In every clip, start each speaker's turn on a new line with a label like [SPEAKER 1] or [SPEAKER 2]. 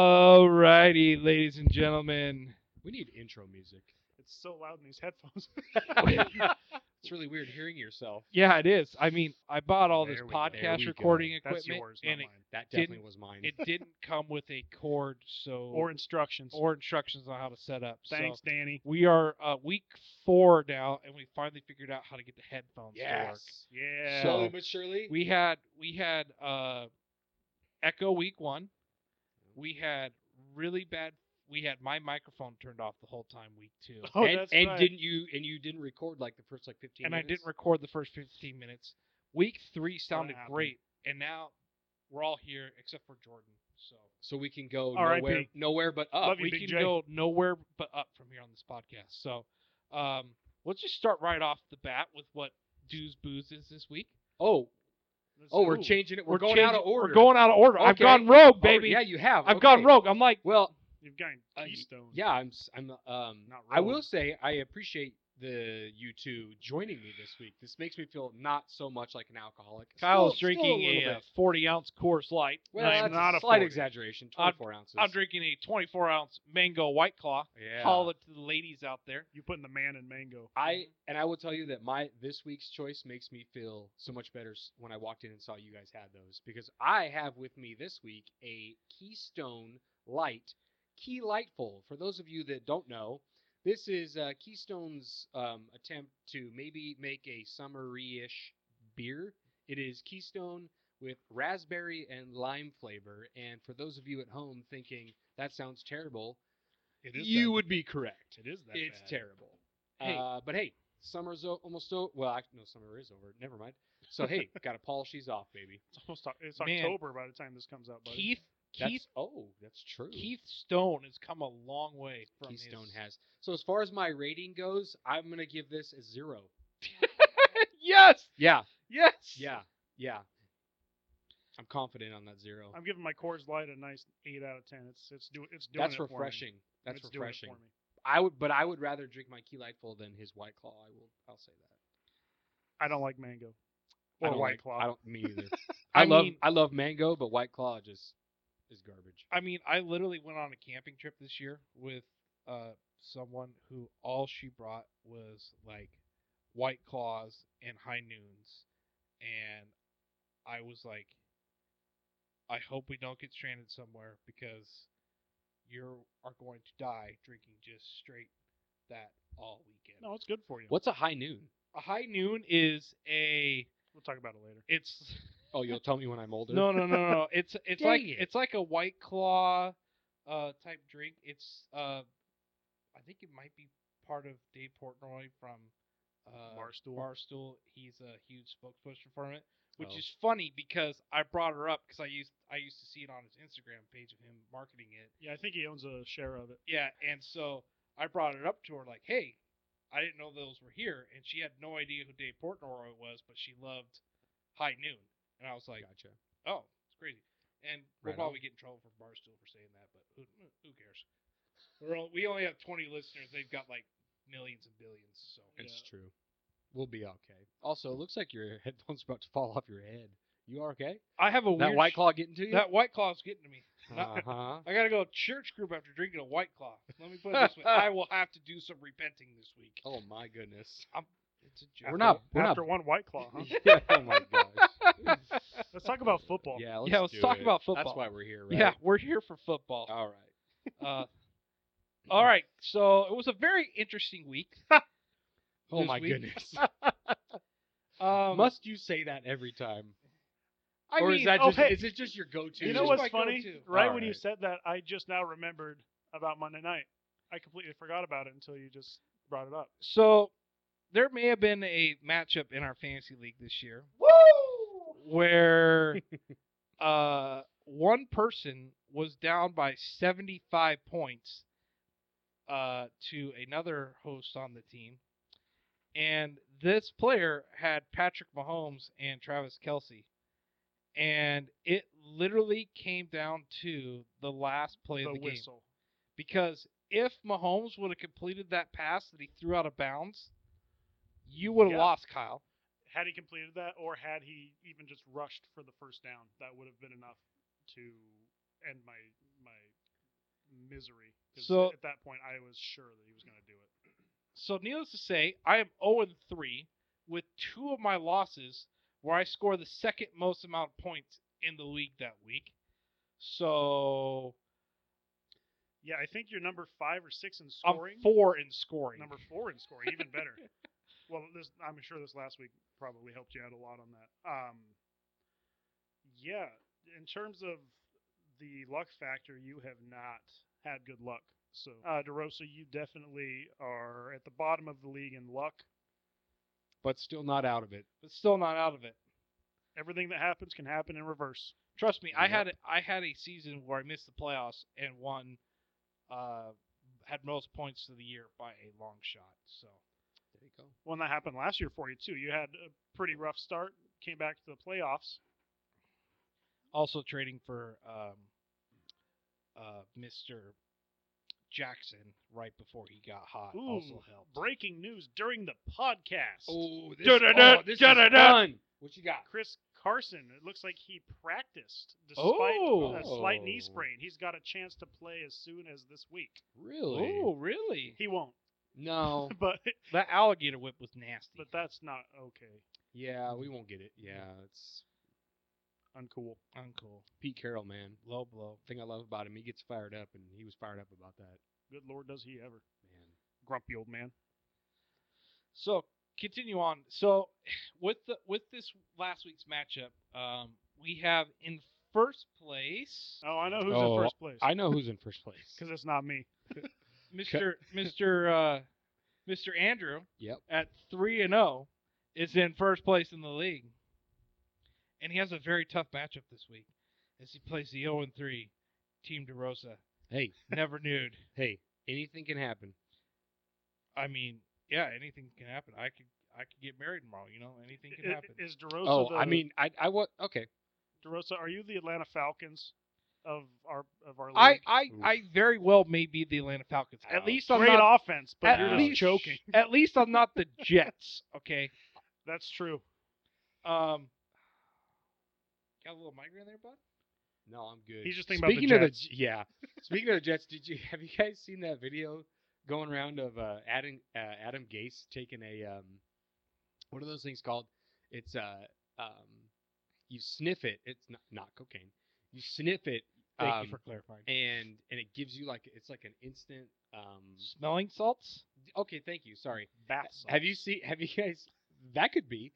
[SPEAKER 1] Alrighty, ladies and gentlemen.
[SPEAKER 2] We need intro music.
[SPEAKER 3] It's so loud in these headphones.
[SPEAKER 2] It's really weird hearing yourself.
[SPEAKER 1] Yeah, it is. I mean, I bought all this
[SPEAKER 2] There we go. There
[SPEAKER 1] podcast
[SPEAKER 2] we go.
[SPEAKER 1] recording equipment,
[SPEAKER 3] That's yours, not
[SPEAKER 1] and
[SPEAKER 3] mine.
[SPEAKER 1] it,
[SPEAKER 2] That
[SPEAKER 1] Didn't-
[SPEAKER 2] definitely was mine.
[SPEAKER 1] it didn't come with a cord, so
[SPEAKER 3] Or instructions.
[SPEAKER 1] or instructions on how to set up.
[SPEAKER 3] Thanks,
[SPEAKER 1] So
[SPEAKER 3] Danny.
[SPEAKER 1] we are uh, week four now, and we finally figured out how to get the headphones to work.
[SPEAKER 2] yes.
[SPEAKER 3] Yeah.
[SPEAKER 1] So-
[SPEAKER 2] Slowly but surely.
[SPEAKER 1] We had we had uh, Echo week one. We had really bad. We had my microphone turned off the whole time week two.
[SPEAKER 3] oh,
[SPEAKER 2] and
[SPEAKER 3] that's
[SPEAKER 2] and
[SPEAKER 3] right.
[SPEAKER 2] didn't you and you didn't record like the first like 15
[SPEAKER 1] and I
[SPEAKER 2] minutes?
[SPEAKER 1] didn't record the first 15 minutes. Week three sounded
[SPEAKER 3] happened?
[SPEAKER 1] great, and now we're all here except for Jordan. So
[SPEAKER 2] so we can go
[SPEAKER 3] R.I.P.
[SPEAKER 2] nowhere nowhere but up.
[SPEAKER 3] Love you,
[SPEAKER 1] we
[SPEAKER 3] Big
[SPEAKER 1] can
[SPEAKER 3] J.
[SPEAKER 1] go nowhere but up from here on this podcast. So um, let's just start right off the bat with what Do's Booze is this week.
[SPEAKER 2] Oh,
[SPEAKER 3] Let's
[SPEAKER 2] oh, we're
[SPEAKER 3] go.
[SPEAKER 2] changing it. We're, going out
[SPEAKER 1] changing-
[SPEAKER 2] of order.
[SPEAKER 1] We're going out of order. I've
[SPEAKER 2] Okay.
[SPEAKER 1] gone rogue,
[SPEAKER 2] Oh,
[SPEAKER 1] baby.
[SPEAKER 2] yeah, you have.
[SPEAKER 1] I've gone
[SPEAKER 2] okay.
[SPEAKER 1] rogue. I'm like,
[SPEAKER 2] Well,
[SPEAKER 3] You've got
[SPEAKER 2] Uh, y-
[SPEAKER 3] Keystone.
[SPEAKER 2] yeah, I'm s- I'm um
[SPEAKER 3] Not
[SPEAKER 2] I will
[SPEAKER 3] rogue.
[SPEAKER 2] say I appreciate the you two joining me this week. This makes me feel not so much like an alcoholic.
[SPEAKER 1] Kyle's
[SPEAKER 2] Still- still a
[SPEAKER 1] drinking a,
[SPEAKER 2] little
[SPEAKER 1] uh,
[SPEAKER 2] bit.
[SPEAKER 1] 40 ounce Coors Light.
[SPEAKER 2] Well,
[SPEAKER 3] I'm
[SPEAKER 2] that's
[SPEAKER 3] not
[SPEAKER 2] a
[SPEAKER 3] a
[SPEAKER 2] slight
[SPEAKER 3] 40.
[SPEAKER 2] exaggeration.
[SPEAKER 1] I'm-
[SPEAKER 2] 24 ounces.
[SPEAKER 1] I'm drinking a 24 ounce mango White Claw.
[SPEAKER 2] yeah.
[SPEAKER 1] Holla to the ladies out there.
[SPEAKER 3] You putting the man in mango.
[SPEAKER 2] I and I will tell you that my this week's choice makes me feel so much better s- when I walked in and saw you guys had those because I have with me this week a Keystone Light Key Lightful. For those of you that don't know, this is uh, Keystone's um, attempt to maybe make a summery-ish beer. It is Keystone with raspberry and lime flavor. And for those of you at home thinking that sounds terrible,
[SPEAKER 3] It is
[SPEAKER 2] you
[SPEAKER 3] that-
[SPEAKER 2] would be correct.
[SPEAKER 3] It is that.
[SPEAKER 2] It's
[SPEAKER 3] bad.
[SPEAKER 2] terrible.
[SPEAKER 1] Hey.
[SPEAKER 2] Uh, but hey, summer's o- almost over. Well, act- no, summer is over. Never mind. So hey, gotta polish these off, baby.
[SPEAKER 3] It's almost Oc- it's
[SPEAKER 1] Man.
[SPEAKER 3] October by the time this comes out, buddy.
[SPEAKER 1] Keith
[SPEAKER 2] That's,
[SPEAKER 1] Keith
[SPEAKER 2] oh, that's true.
[SPEAKER 1] Keith Stone has come a long way from
[SPEAKER 2] Keystone
[SPEAKER 1] his...
[SPEAKER 2] has. So as far as my rating goes, I'm gonna give this a zero.
[SPEAKER 1] yes,
[SPEAKER 2] Yeah,
[SPEAKER 1] yes,
[SPEAKER 2] yeah, yeah. I'm confident on that zero.
[SPEAKER 3] I'm giving my Coors Light a nice eight out of ten. It's it's doing it's doing
[SPEAKER 2] that's
[SPEAKER 3] it for me.
[SPEAKER 2] refreshing. That's
[SPEAKER 3] It's doing it
[SPEAKER 2] refreshing.
[SPEAKER 3] for me.
[SPEAKER 2] I would, but I would rather drink my Key Lightful than his White Claw. I will. I'll say that.
[SPEAKER 3] I don't like mango.
[SPEAKER 2] I
[SPEAKER 3] Or
[SPEAKER 2] don't
[SPEAKER 3] White
[SPEAKER 2] like-
[SPEAKER 3] Claw.
[SPEAKER 2] I don't. Me either.
[SPEAKER 1] I
[SPEAKER 2] I, love.
[SPEAKER 1] mean-
[SPEAKER 2] I love mango, but White Claw just is garbage.
[SPEAKER 1] I mean, I literally went on a camping trip this year with uh, someone who all she brought was like White Claws and High Noons, and I was like, I hope we don't get stranded somewhere because you are going to die drinking just straight that all weekend.
[SPEAKER 3] No, it's good for you.
[SPEAKER 2] What's a high noon?
[SPEAKER 1] A High Noon is a
[SPEAKER 3] We'll talk about it later.
[SPEAKER 1] it's
[SPEAKER 2] Oh, you'll tell me when I'm older.
[SPEAKER 1] No, no, no, no. no. It's it's like
[SPEAKER 2] Dang it.
[SPEAKER 1] it's like a white claw uh type drink. It's uh I think it might be part of Dave Portnoy from uh
[SPEAKER 3] Barstool.
[SPEAKER 1] Barstool. He's a huge spokesperson for it, which
[SPEAKER 2] Oh.
[SPEAKER 1] is funny because I brought her up cuz I used I used to see it on his Instagram page of him marketing it.
[SPEAKER 3] Yeah, I think he owns a share of it.
[SPEAKER 1] Yeah, and so I brought it up to her like, "Hey, I didn't know those were here." And she had no idea who Dave Portnoy was, but she loved High Noon. And I was like,
[SPEAKER 2] Gotcha.
[SPEAKER 1] Oh, it's crazy. And we'll
[SPEAKER 2] Right on.
[SPEAKER 1] probably get in trouble for Barstool for saying that, but who, who cares? We're all, we only have 20 listeners. They've got like millions and billions. So
[SPEAKER 2] It's true. We'll be okay. Also, it looks like your headphone's about to fall off your head. You are okay?
[SPEAKER 1] I have a
[SPEAKER 2] That
[SPEAKER 1] weird
[SPEAKER 2] white
[SPEAKER 1] sh-
[SPEAKER 2] claw getting to you?
[SPEAKER 1] That white claw's getting to me.
[SPEAKER 2] Uh huh.
[SPEAKER 1] I gotta go to church group after drinking a white claw. Let me put it this way: I will have to do some repenting this week.
[SPEAKER 2] oh my goodness.
[SPEAKER 1] It's a
[SPEAKER 2] We're
[SPEAKER 1] joke.
[SPEAKER 3] After-
[SPEAKER 2] not- we're not-
[SPEAKER 3] after one White Claw, huh?
[SPEAKER 2] Yeah, oh my gosh.
[SPEAKER 3] Let's talk about football.
[SPEAKER 2] Yeah. Let's
[SPEAKER 1] let's
[SPEAKER 2] do
[SPEAKER 1] talk
[SPEAKER 2] it.
[SPEAKER 1] about football.
[SPEAKER 2] That's why we're here, right?
[SPEAKER 1] Yeah, we're here for football.
[SPEAKER 2] All right.
[SPEAKER 1] Uh, all right, so it was a very interesting week.
[SPEAKER 2] Oh
[SPEAKER 1] This
[SPEAKER 2] my
[SPEAKER 1] week-
[SPEAKER 2] goodness.
[SPEAKER 1] Um,
[SPEAKER 2] Must you say that every time?
[SPEAKER 1] I
[SPEAKER 2] or
[SPEAKER 1] mean,
[SPEAKER 2] is that
[SPEAKER 3] oh,
[SPEAKER 2] just
[SPEAKER 3] hey,
[SPEAKER 2] is it just your go-to?
[SPEAKER 3] You
[SPEAKER 1] It's
[SPEAKER 3] know
[SPEAKER 1] just
[SPEAKER 3] what's
[SPEAKER 1] my
[SPEAKER 3] funny?
[SPEAKER 1] go-to.
[SPEAKER 3] Right
[SPEAKER 2] All
[SPEAKER 3] when you
[SPEAKER 2] right.
[SPEAKER 3] said that, I just now remembered about Monday night. I completely forgot about it until you just brought it up.
[SPEAKER 1] So there may have been a matchup in our fantasy league this year. Where uh, one person was down by 75 points uh, to another host on the team. And this player had Patrick Mahomes and Travis Kelsey. And it literally came down to the last play
[SPEAKER 3] the
[SPEAKER 1] of the game
[SPEAKER 3] whistle.
[SPEAKER 1] because if Mahomes would have completed that pass that he threw out of bounds, you would have
[SPEAKER 3] Yeah.
[SPEAKER 1] lost, Kyle.
[SPEAKER 3] Had he completed that, or had he even just rushed for the first down, that would have been enough to end my my misery. 'cause
[SPEAKER 1] So-
[SPEAKER 3] at that point, I was sure that he was going to do it.
[SPEAKER 1] So, needless to say, I am 0 3 with two of my losses where I score the second most amount of points in the league that week. So,
[SPEAKER 3] Yeah, I think you're number five or six in
[SPEAKER 1] I'm
[SPEAKER 3] scoring.
[SPEAKER 1] 4 in scoring.
[SPEAKER 3] Number four in scoring, even better. well, this I'm sure this last week probably helped you out a lot on that. Um, yeah, in terms of the luck factor, you have not had good luck. So, uh, DeRosa, you definitely are at the bottom of the league in luck.
[SPEAKER 2] but still not out of it.
[SPEAKER 1] But still not out of it.
[SPEAKER 3] Everything that happens can happen in reverse.
[SPEAKER 1] Trust me, I
[SPEAKER 2] Yep.
[SPEAKER 1] had a, I had a season where I missed the playoffs and won, uh, had most points of the year by a long shot. So
[SPEAKER 2] There you go.
[SPEAKER 3] Well, and that happened last year for you too. You had a pretty rough start, came back to the playoffs.
[SPEAKER 1] also trading for um, uh, Mr. Jackson right before he got hot
[SPEAKER 3] Ooh,
[SPEAKER 1] also helped.
[SPEAKER 3] breaking news during the podcast.
[SPEAKER 2] Oh, this,
[SPEAKER 1] Da-da-da,
[SPEAKER 2] oh, this is
[SPEAKER 1] da-da-da.
[SPEAKER 2] fun. What you got?
[SPEAKER 3] Chris Carson. It looks like he practiced despite
[SPEAKER 1] Oh.
[SPEAKER 3] a slight knee
[SPEAKER 2] Oh.
[SPEAKER 3] sprain. He's got a chance to play as soon as this week.
[SPEAKER 2] Really?
[SPEAKER 1] Oh, really?
[SPEAKER 3] He won't,
[SPEAKER 2] No.
[SPEAKER 3] but
[SPEAKER 1] That alligator whip was nasty.
[SPEAKER 3] but that's not okay.
[SPEAKER 2] Yeah, we won't get it. Yeah, it's
[SPEAKER 3] Uncool.
[SPEAKER 1] Uncool.
[SPEAKER 2] Pete Carroll, man.
[SPEAKER 1] Low blow.
[SPEAKER 2] Thing I love about him, he gets fired up, and he was fired up about that.
[SPEAKER 3] Good lord, does he ever?
[SPEAKER 2] Man,
[SPEAKER 3] Grumpy old man.
[SPEAKER 1] So continue on. So with the with this last week's matchup, um, we have in first place
[SPEAKER 3] Oh, I know who's
[SPEAKER 2] Oh,
[SPEAKER 3] in first place
[SPEAKER 2] I know who's in first place.
[SPEAKER 3] because it's not me.
[SPEAKER 1] Mr. Mr. Uh, Mr. Andrew
[SPEAKER 2] Yep.
[SPEAKER 1] at three and zero is in first place in the league, and he has a very tough matchup this week as he plays the zero and three team DeRosa.
[SPEAKER 2] Hey,
[SPEAKER 1] Never nude.
[SPEAKER 2] hey, anything can happen.
[SPEAKER 1] I mean, yeah, anything can happen. I could I could get married tomorrow. You know, anything can
[SPEAKER 3] I-
[SPEAKER 1] happen.
[SPEAKER 3] Is DeRosa?
[SPEAKER 2] oh,
[SPEAKER 3] the,
[SPEAKER 2] I mean, I, I was okay.
[SPEAKER 3] DeRosa, are you the Atlanta Falcons of our of our league?
[SPEAKER 1] I, I,
[SPEAKER 2] Oof.
[SPEAKER 1] I very well may be the Atlanta Falcons. At
[SPEAKER 2] Ouch.
[SPEAKER 1] least I'm
[SPEAKER 3] Great
[SPEAKER 1] not
[SPEAKER 3] offense, but
[SPEAKER 1] at
[SPEAKER 3] you're
[SPEAKER 1] least
[SPEAKER 3] just choking.
[SPEAKER 1] At least I'm not the Jets. Okay.
[SPEAKER 3] That's true.
[SPEAKER 1] Um. Got a little migraine there, bud.
[SPEAKER 2] No, I'm good.
[SPEAKER 3] He's just thinking about the
[SPEAKER 2] Speaking of the
[SPEAKER 3] Jets.
[SPEAKER 2] J- yeah. Speaking of the Jets, did you have you guys seen that video going around of uh, Adam uh, Adam Gase taking a um, what are those things called? It's uh um, you sniff it. It's not not cocaine. You sniff it.
[SPEAKER 1] Thank
[SPEAKER 2] um,
[SPEAKER 1] you for clarifying.
[SPEAKER 2] and and it gives you like it's like an instant. Um,
[SPEAKER 1] Smelling salts.
[SPEAKER 2] okay, thank you. Sorry.
[SPEAKER 3] Bath salts.
[SPEAKER 2] Have you seen? Have you guys? That could be.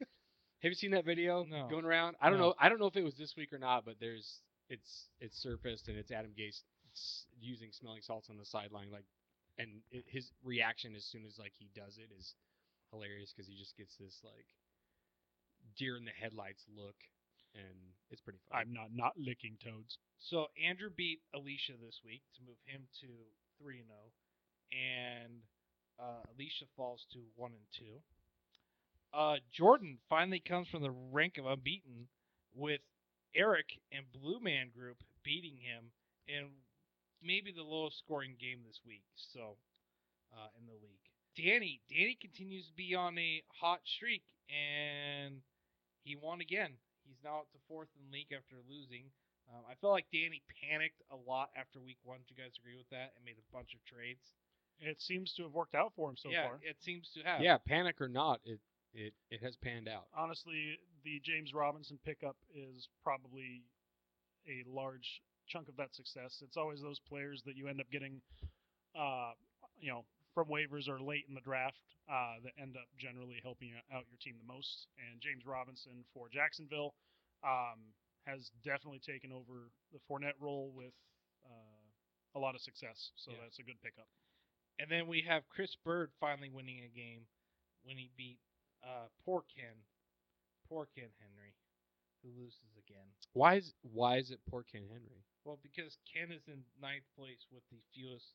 [SPEAKER 2] Have you seen that video
[SPEAKER 1] No.
[SPEAKER 2] going around? I don't
[SPEAKER 1] No.
[SPEAKER 2] know. I don't know if it was this week or not, but there's it's it's surfaced and it's Adam Gase s- using smelling salts on the sideline, like, and it, his reaction as soon as like he does it is hilarious because he just gets this like deer in the headlights look, and it's pretty funny.
[SPEAKER 3] I'm not not licking toads.
[SPEAKER 1] So Andrew beat Alicia this week to move him to three and zero, and uh, Alicia falls to one and two. Uh, Jordan finally comes from the rank of unbeaten, with Eric and Blue Man Group beating him in maybe the lowest scoring game this week. So uh, in the league, Danny Danny continues to be on a hot streak, and he won again. He's now up to fourth in the league after losing. Um, I felt like Danny panicked a lot after week one. Do you guys agree with that? And made a bunch of trades.
[SPEAKER 3] It seems to have worked out for him so
[SPEAKER 1] yeah,
[SPEAKER 3] far.
[SPEAKER 1] it seems to have.
[SPEAKER 2] yeah, panic or not, it it it has panned out.
[SPEAKER 3] honestly, the James Robinson pickup is probably a large chunk of that success. It's always those players that you end up getting, uh, you know, from waivers or late in the draft uh, that end up generally helping you- out your team the most. And James Robinson for Jacksonville um, has definitely taken over the Fournette role with uh, a lot of success. So
[SPEAKER 1] Yeah.
[SPEAKER 3] that's a good pickup.
[SPEAKER 1] And then we have Chris Bird finally winning a game when he beat uh, poor Ken, poor Ken Henry, who loses again.
[SPEAKER 2] Why is why is it poor Ken Henry?
[SPEAKER 1] Well, because Ken is in ninth place with the fewest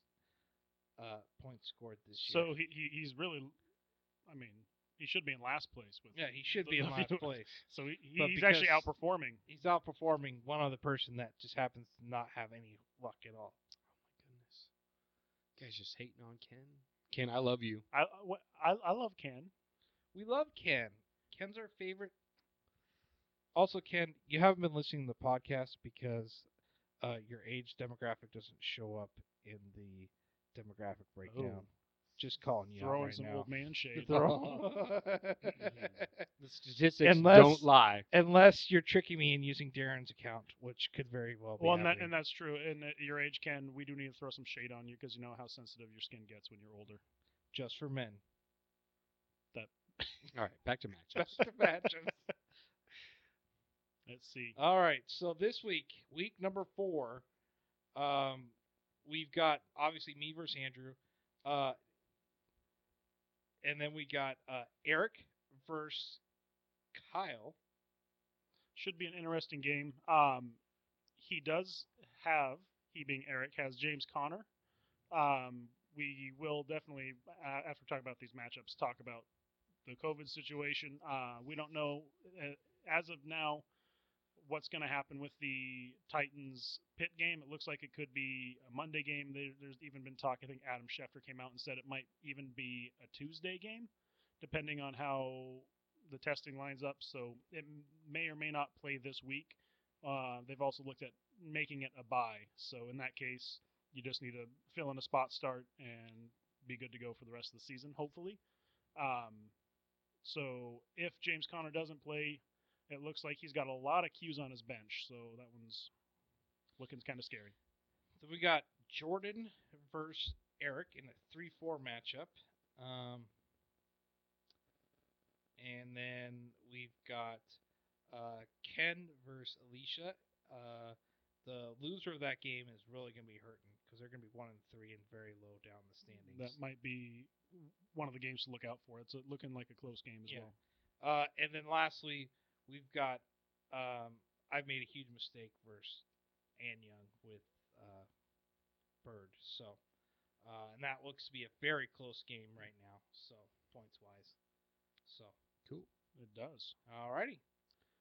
[SPEAKER 1] uh, points scored this year.
[SPEAKER 3] So he, he he's really, I mean, he should be in last place with.
[SPEAKER 1] yeah, he should be in
[SPEAKER 3] the
[SPEAKER 1] last
[SPEAKER 3] fewest.
[SPEAKER 1] place.
[SPEAKER 3] So he, he-
[SPEAKER 1] But
[SPEAKER 3] he's actually
[SPEAKER 1] because-
[SPEAKER 3] outperforming.
[SPEAKER 1] He's outperforming one other person that just happens to not have any luck at all.
[SPEAKER 2] Goodness, You guys just hating on Ken. Ken, I love you.
[SPEAKER 3] I, wh- I I love Ken.
[SPEAKER 1] We love Ken. Ken's our favorite. Also, Ken, you haven't been listening to the podcast because uh, your age demographic doesn't show up in the demographic breakdown. Just calling you
[SPEAKER 3] Oh. Throwing
[SPEAKER 1] out right
[SPEAKER 3] some
[SPEAKER 1] now.
[SPEAKER 3] old man shade.
[SPEAKER 1] Throw-
[SPEAKER 2] The statistics
[SPEAKER 1] Unless-
[SPEAKER 2] don't lie.
[SPEAKER 1] Unless you're tricking me and using Darren's account, which could very well be.
[SPEAKER 3] well, and, that,
[SPEAKER 1] happening.
[SPEAKER 3] and that's true. And at your age, Ken, we do need to throw some shade on you because you know how sensitive your skin gets when you're older.
[SPEAKER 1] just for men.
[SPEAKER 2] All right, back to matchups.
[SPEAKER 1] Just for matches.
[SPEAKER 3] Let's see.
[SPEAKER 1] All right. So this week, week number four, um, we've got obviously me versus Andrew, uh, and then we got uh, Eric versus Kyle.
[SPEAKER 3] Should be an interesting game. Um, he does have, he being Eric, has James Connor. Um, we will definitely, a- after talking about these matchups, talk about the COVID situation. Uh, we don't know, uh, as of now, what's going to happen with the Titans pit game. It looks like it could be a Monday game. There, there's even been talk, I think Adam Schefter came out and said it might even be a Tuesday game, depending on how the testing lines up, so it m- may or may not play this week. Uh, they've also looked at making it a bye. So in that case, you just need to fill in a spot start and be good to go for the rest of the season, hopefully. Um, so if James Conner doesn't play, it looks like he's got a lot of cues on his bench. So that one's looking kind of scary.
[SPEAKER 1] Then we got Jordan versus Eric in a three-four matchup, um, and then we've got uh, Ken versus Alicia. Uh, the loser of that game is really going to be hurting because they're going to be one and three and very low down the standings.
[SPEAKER 3] That might be one of the games to look out for. It's uh, looking like a close game as
[SPEAKER 1] Yeah.
[SPEAKER 3] well.
[SPEAKER 1] Uh, and then lastly, we've got um, I've made a huge mistake versus Ann Young with uh, Bird. So, uh, and that looks to be a very close game right now. So points wise. So
[SPEAKER 2] cool.
[SPEAKER 3] It does.
[SPEAKER 1] alrighty.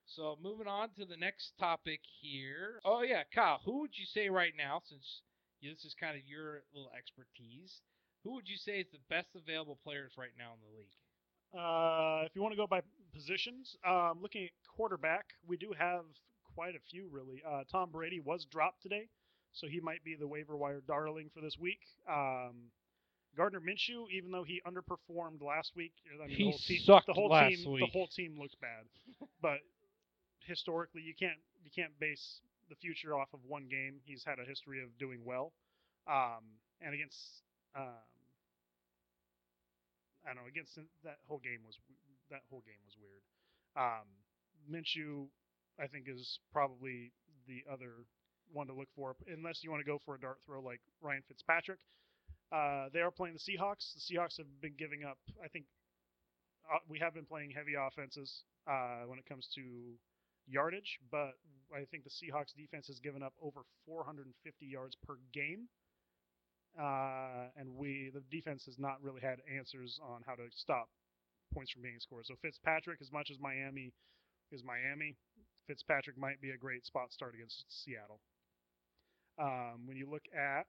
[SPEAKER 1] So moving on to the next topic here. Oh yeah, Kyle, who would you say right now, since this is kind of your little expertise, who would you say is the best available players right now in the league?
[SPEAKER 3] Uh, if you want to go by positions, um, looking at quarterback, we do have quite a few really. Uh, Tom Brady was dropped today, so he might be the waiver wire darling for this week. Um, Gardner Minshew, even though he underperformed last week, I mean,
[SPEAKER 1] He
[SPEAKER 3] the whole team,
[SPEAKER 1] sucked
[SPEAKER 3] the whole
[SPEAKER 1] last
[SPEAKER 3] team,
[SPEAKER 1] week.
[SPEAKER 3] the whole team looked bad. but historically, you can't you can't base the future off of one game. He's had a history of doing well, um, and against um, I don't know. Against Cin- that whole game was that whole game was weird. Um, Minshew, I think, is probably the other one to look for, unless you want to go for a dart throw like Ryan Fitzpatrick. Uh, they are playing the Seahawks. The Seahawks have been giving up. I think uh, we have been playing heavy offenses uh, when it comes to yardage, but I think the Seahawks defense has given up over 450 yards per game uh, and we the defense has not really had answers on how to stop points from being scored. So Fitzpatrick, as much as Miami is Miami, Fitzpatrick might be a great spot start against Seattle. Um, when you look at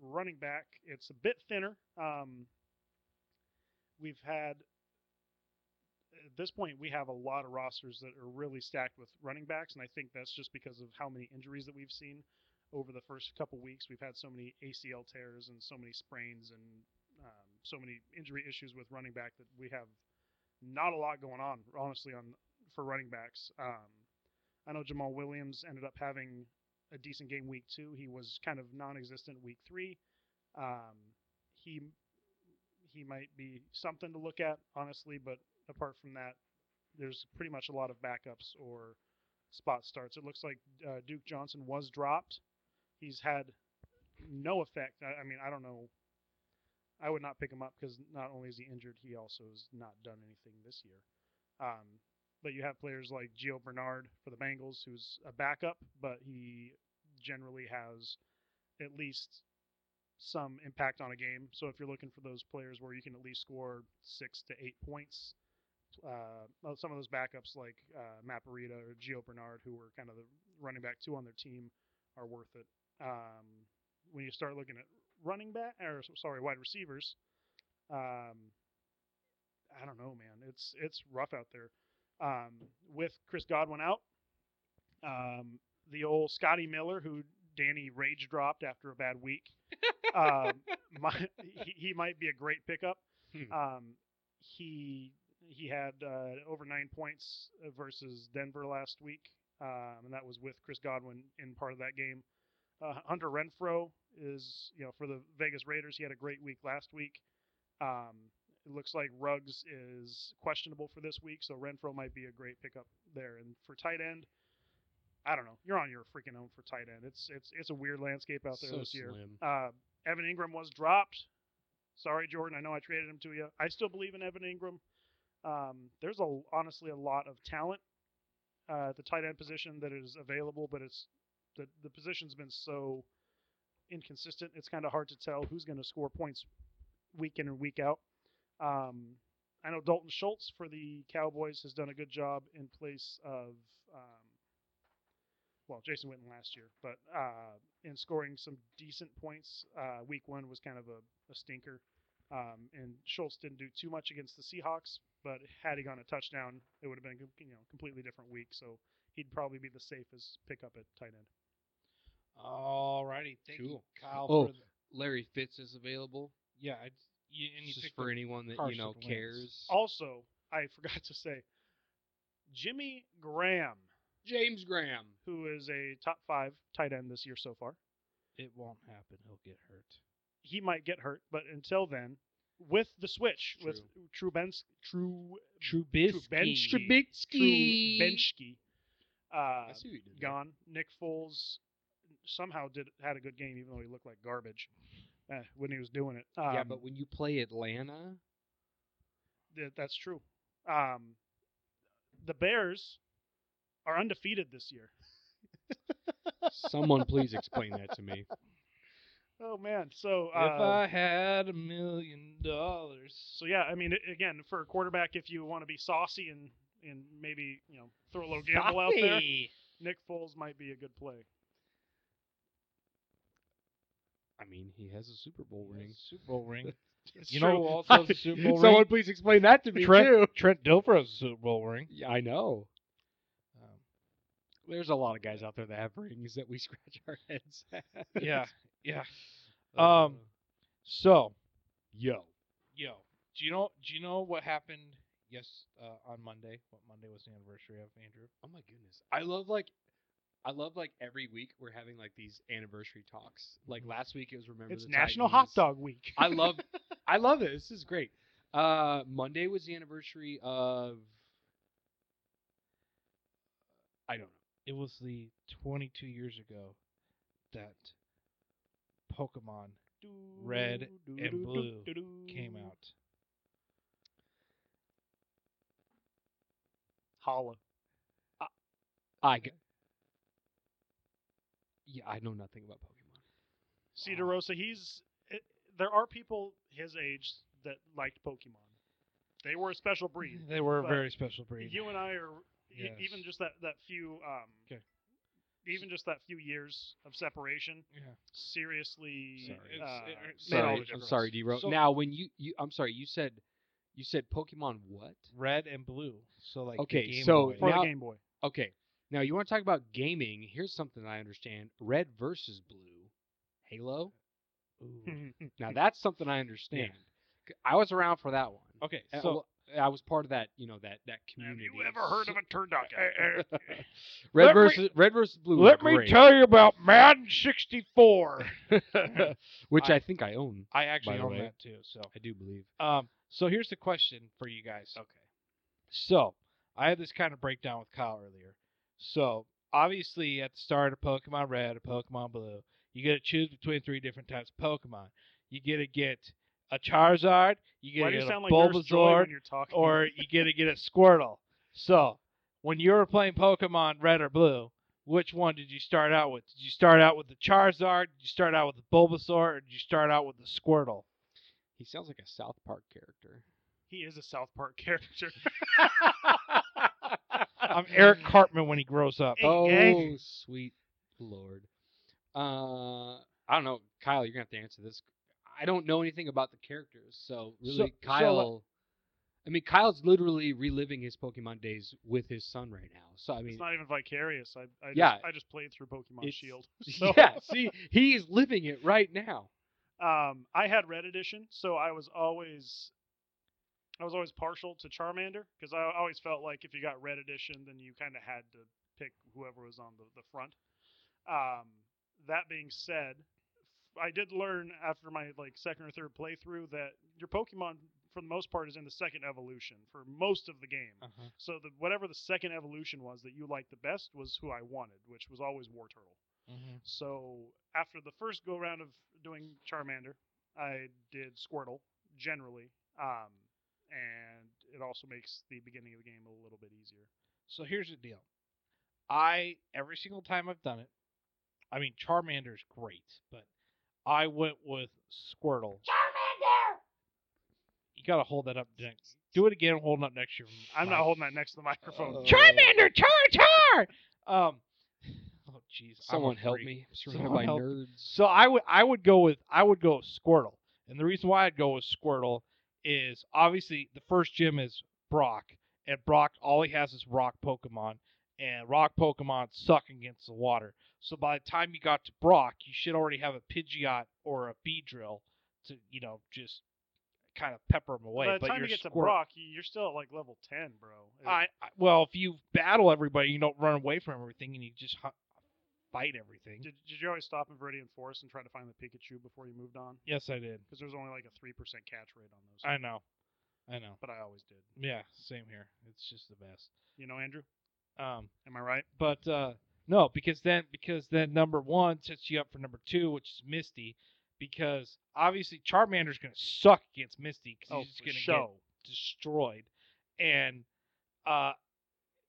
[SPEAKER 3] running back, it's a bit thinner. Um, we've had at this point we have a lot of rosters that are really stacked with running backs, and I think that's just because of how many injuries that we've seen over the first couple weeks. We've had so many ACL tears and so many sprains and um, so many injury issues with running back that we have not a lot going on, honestly, on for running backs. Um, I know Jamal Williams ended up having a decent game week two. He was kind of non-existent week three. Um, he he might be something to look at, honestly, but apart from that, there's pretty much a lot of backups or spot starts. It looks like uh, Duke Johnson was dropped he's had no effect. I, I mean, I don't know. I would not pick him up because not only is he injured, he also has not done anything this year. Um, but you have players like Gio Bernard for the Bengals, who's a backup, but he generally has at least some impact on a game. So if you're looking for those players where you can at least score six to eight points, uh, well, some of those backups like uh, Maparita or Gio Bernard, who were kind of the running back two on their team, are worth it um, when you start looking at running back or s- sorry wide receivers um, i don't know man it's it's rough out there um, with chris godwin out um, the old scotty miller who Danny rage dropped after a bad week, um, my, he, he might be a great pickup.
[SPEAKER 2] Hmm.
[SPEAKER 3] Um, he he had uh, over nine points uh, versus Denver last week, um, and that was with Chris Godwin in part of that game. Uh, Hunter Renfro is you know for the Vegas Raiders. He had a great week last week. Um, it looks like Ruggs is questionable for this week, so Renfro might be a great pickup there. And for tight end, I don't know. You're on your freaking own for tight end. It's it's it's a weird landscape out there
[SPEAKER 2] so
[SPEAKER 3] this year.
[SPEAKER 2] slim.
[SPEAKER 3] Uh, Evan Ingram was dropped. Sorry, Jordan. I know I traded him to you. I still believe in Evan Ingram. Um, there's a honestly a lot of talent uh, at the tight end position that is available, but it's the the position's been so inconsistent. It's kind of hard to tell who's going to score points week in and week out. Um, I know Dalton Schultz for the Cowboys has done a good job in place of um, well Jason Witten last year, but uh, in scoring some decent points. Uh, week one was kind of a, a stinker, um, and Schultz didn't do too much against the Seahawks. But had he gone a touchdown, it would have been a com- you know completely different week. So he'd probably be the safest pickup at tight end.
[SPEAKER 1] Alrighty, thank you,
[SPEAKER 2] Cool.
[SPEAKER 1] Kyle.
[SPEAKER 2] Oh.
[SPEAKER 1] For the,
[SPEAKER 2] Larry Fitz is available.
[SPEAKER 1] yeah, I, you, and you
[SPEAKER 2] just
[SPEAKER 1] picked
[SPEAKER 2] for
[SPEAKER 1] up-
[SPEAKER 2] anyone that you
[SPEAKER 1] Carson
[SPEAKER 2] know
[SPEAKER 1] Wentz.
[SPEAKER 2] cares.
[SPEAKER 3] Also, I forgot to say, Jimmy Graham,
[SPEAKER 2] James Graham.
[SPEAKER 3] who is a top five tight end this year so far,
[SPEAKER 1] it won't happen. He'll get hurt.
[SPEAKER 3] he might get hurt, but until then, with the switch with Trubens, True
[SPEAKER 1] Trubisky.
[SPEAKER 3] Trubisky. Trubensky, uh,
[SPEAKER 2] I see what you did there.
[SPEAKER 3] gone. Nick Foles somehow did had a good game, even though he looked like garbage uh, when he was doing it. Um,
[SPEAKER 2] yeah, but when you play Atlanta,
[SPEAKER 3] th- that's true. Um, the Bears are undefeated this year.
[SPEAKER 2] someone please explain that to me.
[SPEAKER 3] Oh man, so uh,
[SPEAKER 1] if I had a million dollars,
[SPEAKER 3] so yeah, I mean, a- again, for a quarterback, if you want to be saucy and and maybe you know throw a little gamble out there,
[SPEAKER 1] Sorry.
[SPEAKER 3] Nick Foles might be a good play.
[SPEAKER 2] I mean, he has a Super Bowl ring.
[SPEAKER 1] Super Bowl ring.
[SPEAKER 2] It's
[SPEAKER 1] you
[SPEAKER 2] true.
[SPEAKER 1] know who also has a Super Bowl
[SPEAKER 2] Someone
[SPEAKER 1] ring?
[SPEAKER 2] please explain that to me too.
[SPEAKER 1] Trent, Trent Dilfer has a Super Bowl ring.
[SPEAKER 2] Yeah, I know.
[SPEAKER 1] Um,
[SPEAKER 2] There's a lot of guys out there that have rings that we scratch our heads at.
[SPEAKER 1] yeah, yeah.
[SPEAKER 2] Uh,
[SPEAKER 1] Um, So,
[SPEAKER 2] yo.
[SPEAKER 1] yo, do you know? Do you know what happened? Yes, uh, on Monday. What Monday was the anniversary of Andrew?
[SPEAKER 2] Oh my goodness. I love like I love like every week we're having like these anniversary talks. Like last week it was remember
[SPEAKER 3] it's
[SPEAKER 2] the
[SPEAKER 3] National
[SPEAKER 2] Titans.
[SPEAKER 3] Hot Dog Week.
[SPEAKER 2] I love I love it. This is great. Uh Monday was the anniversary of I don't know.
[SPEAKER 1] It was the 22 years ago that Pokemon Red and Blue came out.
[SPEAKER 3] Holla.
[SPEAKER 2] I g- Yeah, I know nothing about Pokemon.
[SPEAKER 3] See, DeRosa, he's. It, there are people his age that liked Pokemon. They were a
[SPEAKER 2] Mhm.
[SPEAKER 3] special breed.
[SPEAKER 1] They were a
[SPEAKER 3] But
[SPEAKER 1] very special breed.
[SPEAKER 3] you and I are e-
[SPEAKER 1] Yes.
[SPEAKER 3] even just that that few. Um,
[SPEAKER 1] 'Kay.
[SPEAKER 3] Even just that few years of separation,
[SPEAKER 1] Yeah.
[SPEAKER 3] seriously,
[SPEAKER 2] Sorry. It's-
[SPEAKER 3] uh,
[SPEAKER 1] it- it-
[SPEAKER 3] made
[SPEAKER 2] Sorry,
[SPEAKER 3] all the
[SPEAKER 1] Sorry,
[SPEAKER 2] I'm
[SPEAKER 3] difference.
[SPEAKER 2] sorry, D.
[SPEAKER 1] So-
[SPEAKER 2] now, when you, you, I'm sorry, you said, you said Pokemon what?
[SPEAKER 1] Red and blue. So like the
[SPEAKER 2] Okay,
[SPEAKER 1] Game
[SPEAKER 2] so
[SPEAKER 1] Boy.
[SPEAKER 3] for
[SPEAKER 2] Now-
[SPEAKER 3] the Game Boy.
[SPEAKER 2] Okay, now you want to talk about gaming? Here's something I understand: red versus blue, Halo.
[SPEAKER 1] Ooh.
[SPEAKER 2] Now that's something I understand. C- I was around for that one.
[SPEAKER 1] okay,
[SPEAKER 2] Uh,
[SPEAKER 1] so
[SPEAKER 2] well, I was part of that, you know, that that
[SPEAKER 3] Have
[SPEAKER 2] community.
[SPEAKER 3] you ever heard of a turducken?
[SPEAKER 2] red
[SPEAKER 1] Let me-
[SPEAKER 2] versus red versus blue?
[SPEAKER 1] let
[SPEAKER 2] is
[SPEAKER 1] me
[SPEAKER 2] great,
[SPEAKER 1] tell you about Madden 64.
[SPEAKER 2] which
[SPEAKER 1] I-
[SPEAKER 2] I think I own.
[SPEAKER 1] I
[SPEAKER 2] By
[SPEAKER 1] actually
[SPEAKER 2] the
[SPEAKER 1] own
[SPEAKER 2] way.
[SPEAKER 1] that too. So
[SPEAKER 2] I do believe.
[SPEAKER 1] Um, so here's the question for you guys. Okay. So I had this kind of breakdown with Kyle earlier. So obviously, at the start of Pokemon Red or Pokemon Blue, you get to choose between three different types of Pokemon. You get to get a Charizard, you
[SPEAKER 3] Why
[SPEAKER 1] get to
[SPEAKER 3] do you
[SPEAKER 1] get a
[SPEAKER 3] sound like yours, Joy,
[SPEAKER 1] Bulbasaur,
[SPEAKER 3] when you're talking?
[SPEAKER 1] or you get to get a Squirtle. So when you were playing Pokemon Red or Blue, which one did you start out with? Did you start out with the Charizard? Did you start out with the Bulbasaur? Or did you start out with the Squirtle?
[SPEAKER 2] He sounds like a South Park character.
[SPEAKER 3] he is a South Park character.
[SPEAKER 1] I'm Eric Cartman when he grows up.
[SPEAKER 2] oh,
[SPEAKER 3] gang.
[SPEAKER 2] sweet lord. Uh, I don't know, Kyle. You're gonna have to answer this. I don't know anything about the characters, so
[SPEAKER 1] So-
[SPEAKER 2] really,
[SPEAKER 1] so, like-
[SPEAKER 2] Kyle. I mean, Kyle's literally reliving his Pokemon days with his son right now. So I mean,
[SPEAKER 3] it's not even vicarious. I, I
[SPEAKER 2] Yeah.
[SPEAKER 3] just, I just played through Pokemon
[SPEAKER 2] It's-
[SPEAKER 3] Shield. So,
[SPEAKER 2] yeah. See, he is living it right now.
[SPEAKER 3] um, I had Red Edition, so I was always, I was always partial to Charmander because I always felt like if you got Red Edition, then you kind of had to pick whoever was on the the front. Um, that being said, I did learn after my like second or third playthrough that your Pokemon, for the most part, is in the second evolution for most of the game. So the whatever the second evolution was that you liked the best was who I wanted, which was always War Turtle. So after the first go round of doing Charmander, I did Squirtle generally, um, and it also makes the beginning of the game a little bit easier.
[SPEAKER 1] So here's the deal. I every single time I've done it, I mean Charmander's great, but I went with Squirtle. Charmander. You gotta hold that up next. Do it again. and Hold it up next year.
[SPEAKER 3] I'm not holding that next to the microphone.
[SPEAKER 2] Oh.
[SPEAKER 1] Uh, Charmander, Char, Char. Um. Oh jeez. I'm a
[SPEAKER 2] Someone help
[SPEAKER 1] freak.
[SPEAKER 2] me. I'm surrounded
[SPEAKER 1] Someone
[SPEAKER 2] by
[SPEAKER 1] help me.
[SPEAKER 2] nerds.
[SPEAKER 1] So I would I would go with I would go with Squirtle, and the reason why I'd go with Squirtle is obviously the first gym is Brock, and Brock all he has is rock Pokemon, and rock Pokemon suck against the water. So by the time you got to Brock, you should already have a Pidgeot or a Beedrill to you know just kind of pepper them away.
[SPEAKER 3] By the
[SPEAKER 1] but
[SPEAKER 3] time
[SPEAKER 1] your
[SPEAKER 3] you get to
[SPEAKER 1] Squirtle-
[SPEAKER 3] Brock, y- you're still at like level ten, bro. It-
[SPEAKER 1] I, I- well, if you battle everybody, you don't run away from everything, and you just hu- fight everything.
[SPEAKER 3] did, did you always stop in Viridian Forest and try to find the Pikachu before you moved on?
[SPEAKER 1] yes, I did.
[SPEAKER 3] Because there's only like a three percent catch rate on those.
[SPEAKER 1] I know. I know.
[SPEAKER 3] but I always did.
[SPEAKER 1] Yeah, same here. It's just the best.
[SPEAKER 3] You know, Andrew,
[SPEAKER 1] Um,
[SPEAKER 3] am I right?
[SPEAKER 1] but uh, no, because then because then number one sets you up for number two, which is Misty, because obviously Charmander's going to suck against Misty because
[SPEAKER 3] Oh,
[SPEAKER 1] he's just
[SPEAKER 3] for
[SPEAKER 1] going to
[SPEAKER 3] show.
[SPEAKER 1] get destroyed, and uh,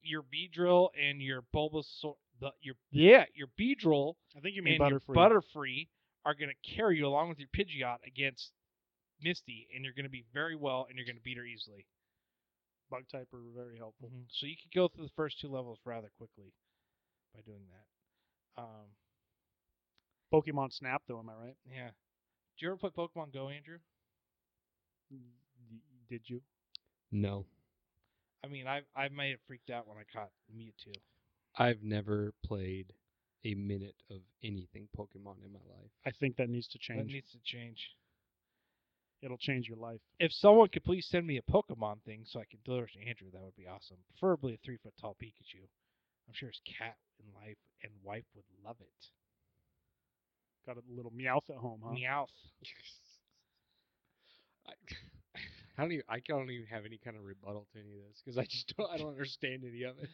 [SPEAKER 1] your Beedrill and your Bulbasaur, the, your yeah, your Beedrill
[SPEAKER 3] I think you mean
[SPEAKER 1] and your
[SPEAKER 3] Butterfree.
[SPEAKER 1] Butterfree are going to carry you along with your Pidgeot against Misty, and you're going to be very well, and you're going to beat her easily.
[SPEAKER 3] bug type are very helpful.
[SPEAKER 1] Mhm. So you could go through the first two levels rather quickly by doing that. Um,
[SPEAKER 3] Pokemon Snap, though, am I right?
[SPEAKER 1] yeah. Do you ever play Pokemon Go, Andrew?
[SPEAKER 3] Did you?
[SPEAKER 2] No,
[SPEAKER 1] I mean, I I may have freaked out when I caught Mewtwo.
[SPEAKER 2] I've never played a minute of anything Pokemon in my life.
[SPEAKER 3] I think that needs to
[SPEAKER 1] That
[SPEAKER 3] change.
[SPEAKER 1] needs to change.
[SPEAKER 3] It'll change your life.
[SPEAKER 1] If someone could please send me a Pokemon thing so I can deliver it to Andrew, that would be awesome. Preferably a three foot tall Pikachu. I'm sure his cat and life and wife would love it.
[SPEAKER 3] Got a little meowth at home, huh?
[SPEAKER 1] Meowth.
[SPEAKER 2] I, I don't even. I don't even have any kind of rebuttal to any of this because I just don't. I don't understand any of it.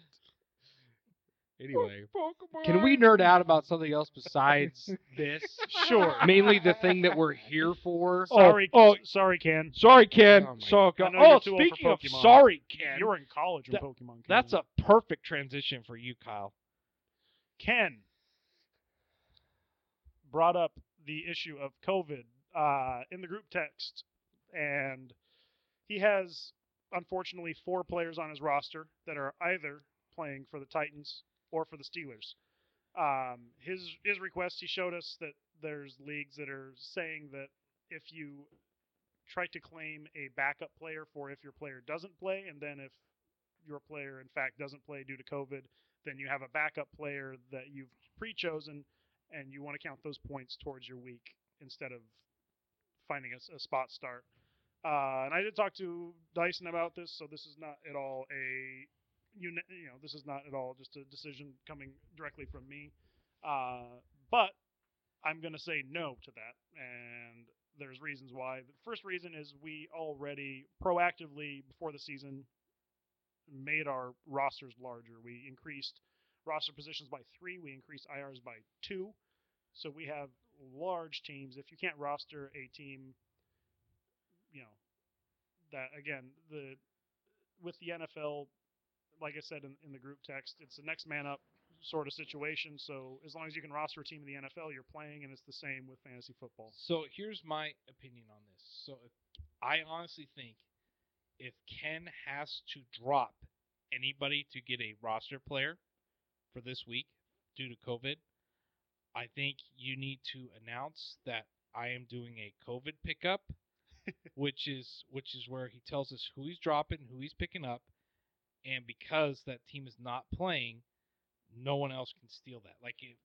[SPEAKER 2] Anyway,
[SPEAKER 1] Pokemon.
[SPEAKER 2] can we nerd out about something else besides this?
[SPEAKER 3] Sure.
[SPEAKER 2] Mainly the thing that we're here for.
[SPEAKER 1] Oh,
[SPEAKER 3] Sorry,
[SPEAKER 1] oh.
[SPEAKER 3] sorry, Ken.
[SPEAKER 1] Sorry, Ken.
[SPEAKER 2] Oh my
[SPEAKER 1] so
[SPEAKER 3] I know
[SPEAKER 1] oh,
[SPEAKER 3] you're too old for
[SPEAKER 1] speaking of
[SPEAKER 3] Pokemon.
[SPEAKER 1] sorry, Ken.
[SPEAKER 3] You were in college when
[SPEAKER 1] That-
[SPEAKER 3] Pokemon came.
[SPEAKER 1] That's
[SPEAKER 3] out.
[SPEAKER 1] a perfect transition for you, Kyle.
[SPEAKER 3] Ken brought up the issue of COVID uh, in the group text, and he has unfortunately four players on his roster that are either playing for the Titans or for the Steelers. Um, his his request, he showed us that there's leagues that are saying that if you try to claim a backup player for if your player doesn't play, and then if your player in fact doesn't play due to COVID, then you have a backup player that you've pre-chosen, and you want to count those points towards your week instead of finding a, s- a spot start. Uh, and I did talk to Dyson about this, so this is not at all a you kn- you know this is not at all just a decision coming directly from me, uh, but I'm going to say no to that, and there's reasons why. The first reason is we already proactively before the season made our rosters larger. We increased roster positions by three. We increased IRs by two. So we have large teams. If you can't roster a team, you know, that again, the with the NFL, like I said in, in the group text, it's the next man up sort of situation. So as long as you can roster a team in the NFL, you're playing, and it's the same with fantasy football.
[SPEAKER 1] So here's my opinion on this. So if, I honestly think if Ken has to drop anybody to get a roster player for this week due to COVID, I think you need to announce that I am doing a COVID pickup which is which is where he tells us who he's dropping, who he's picking up, and because that team is not playing, no one else can steal that. Like if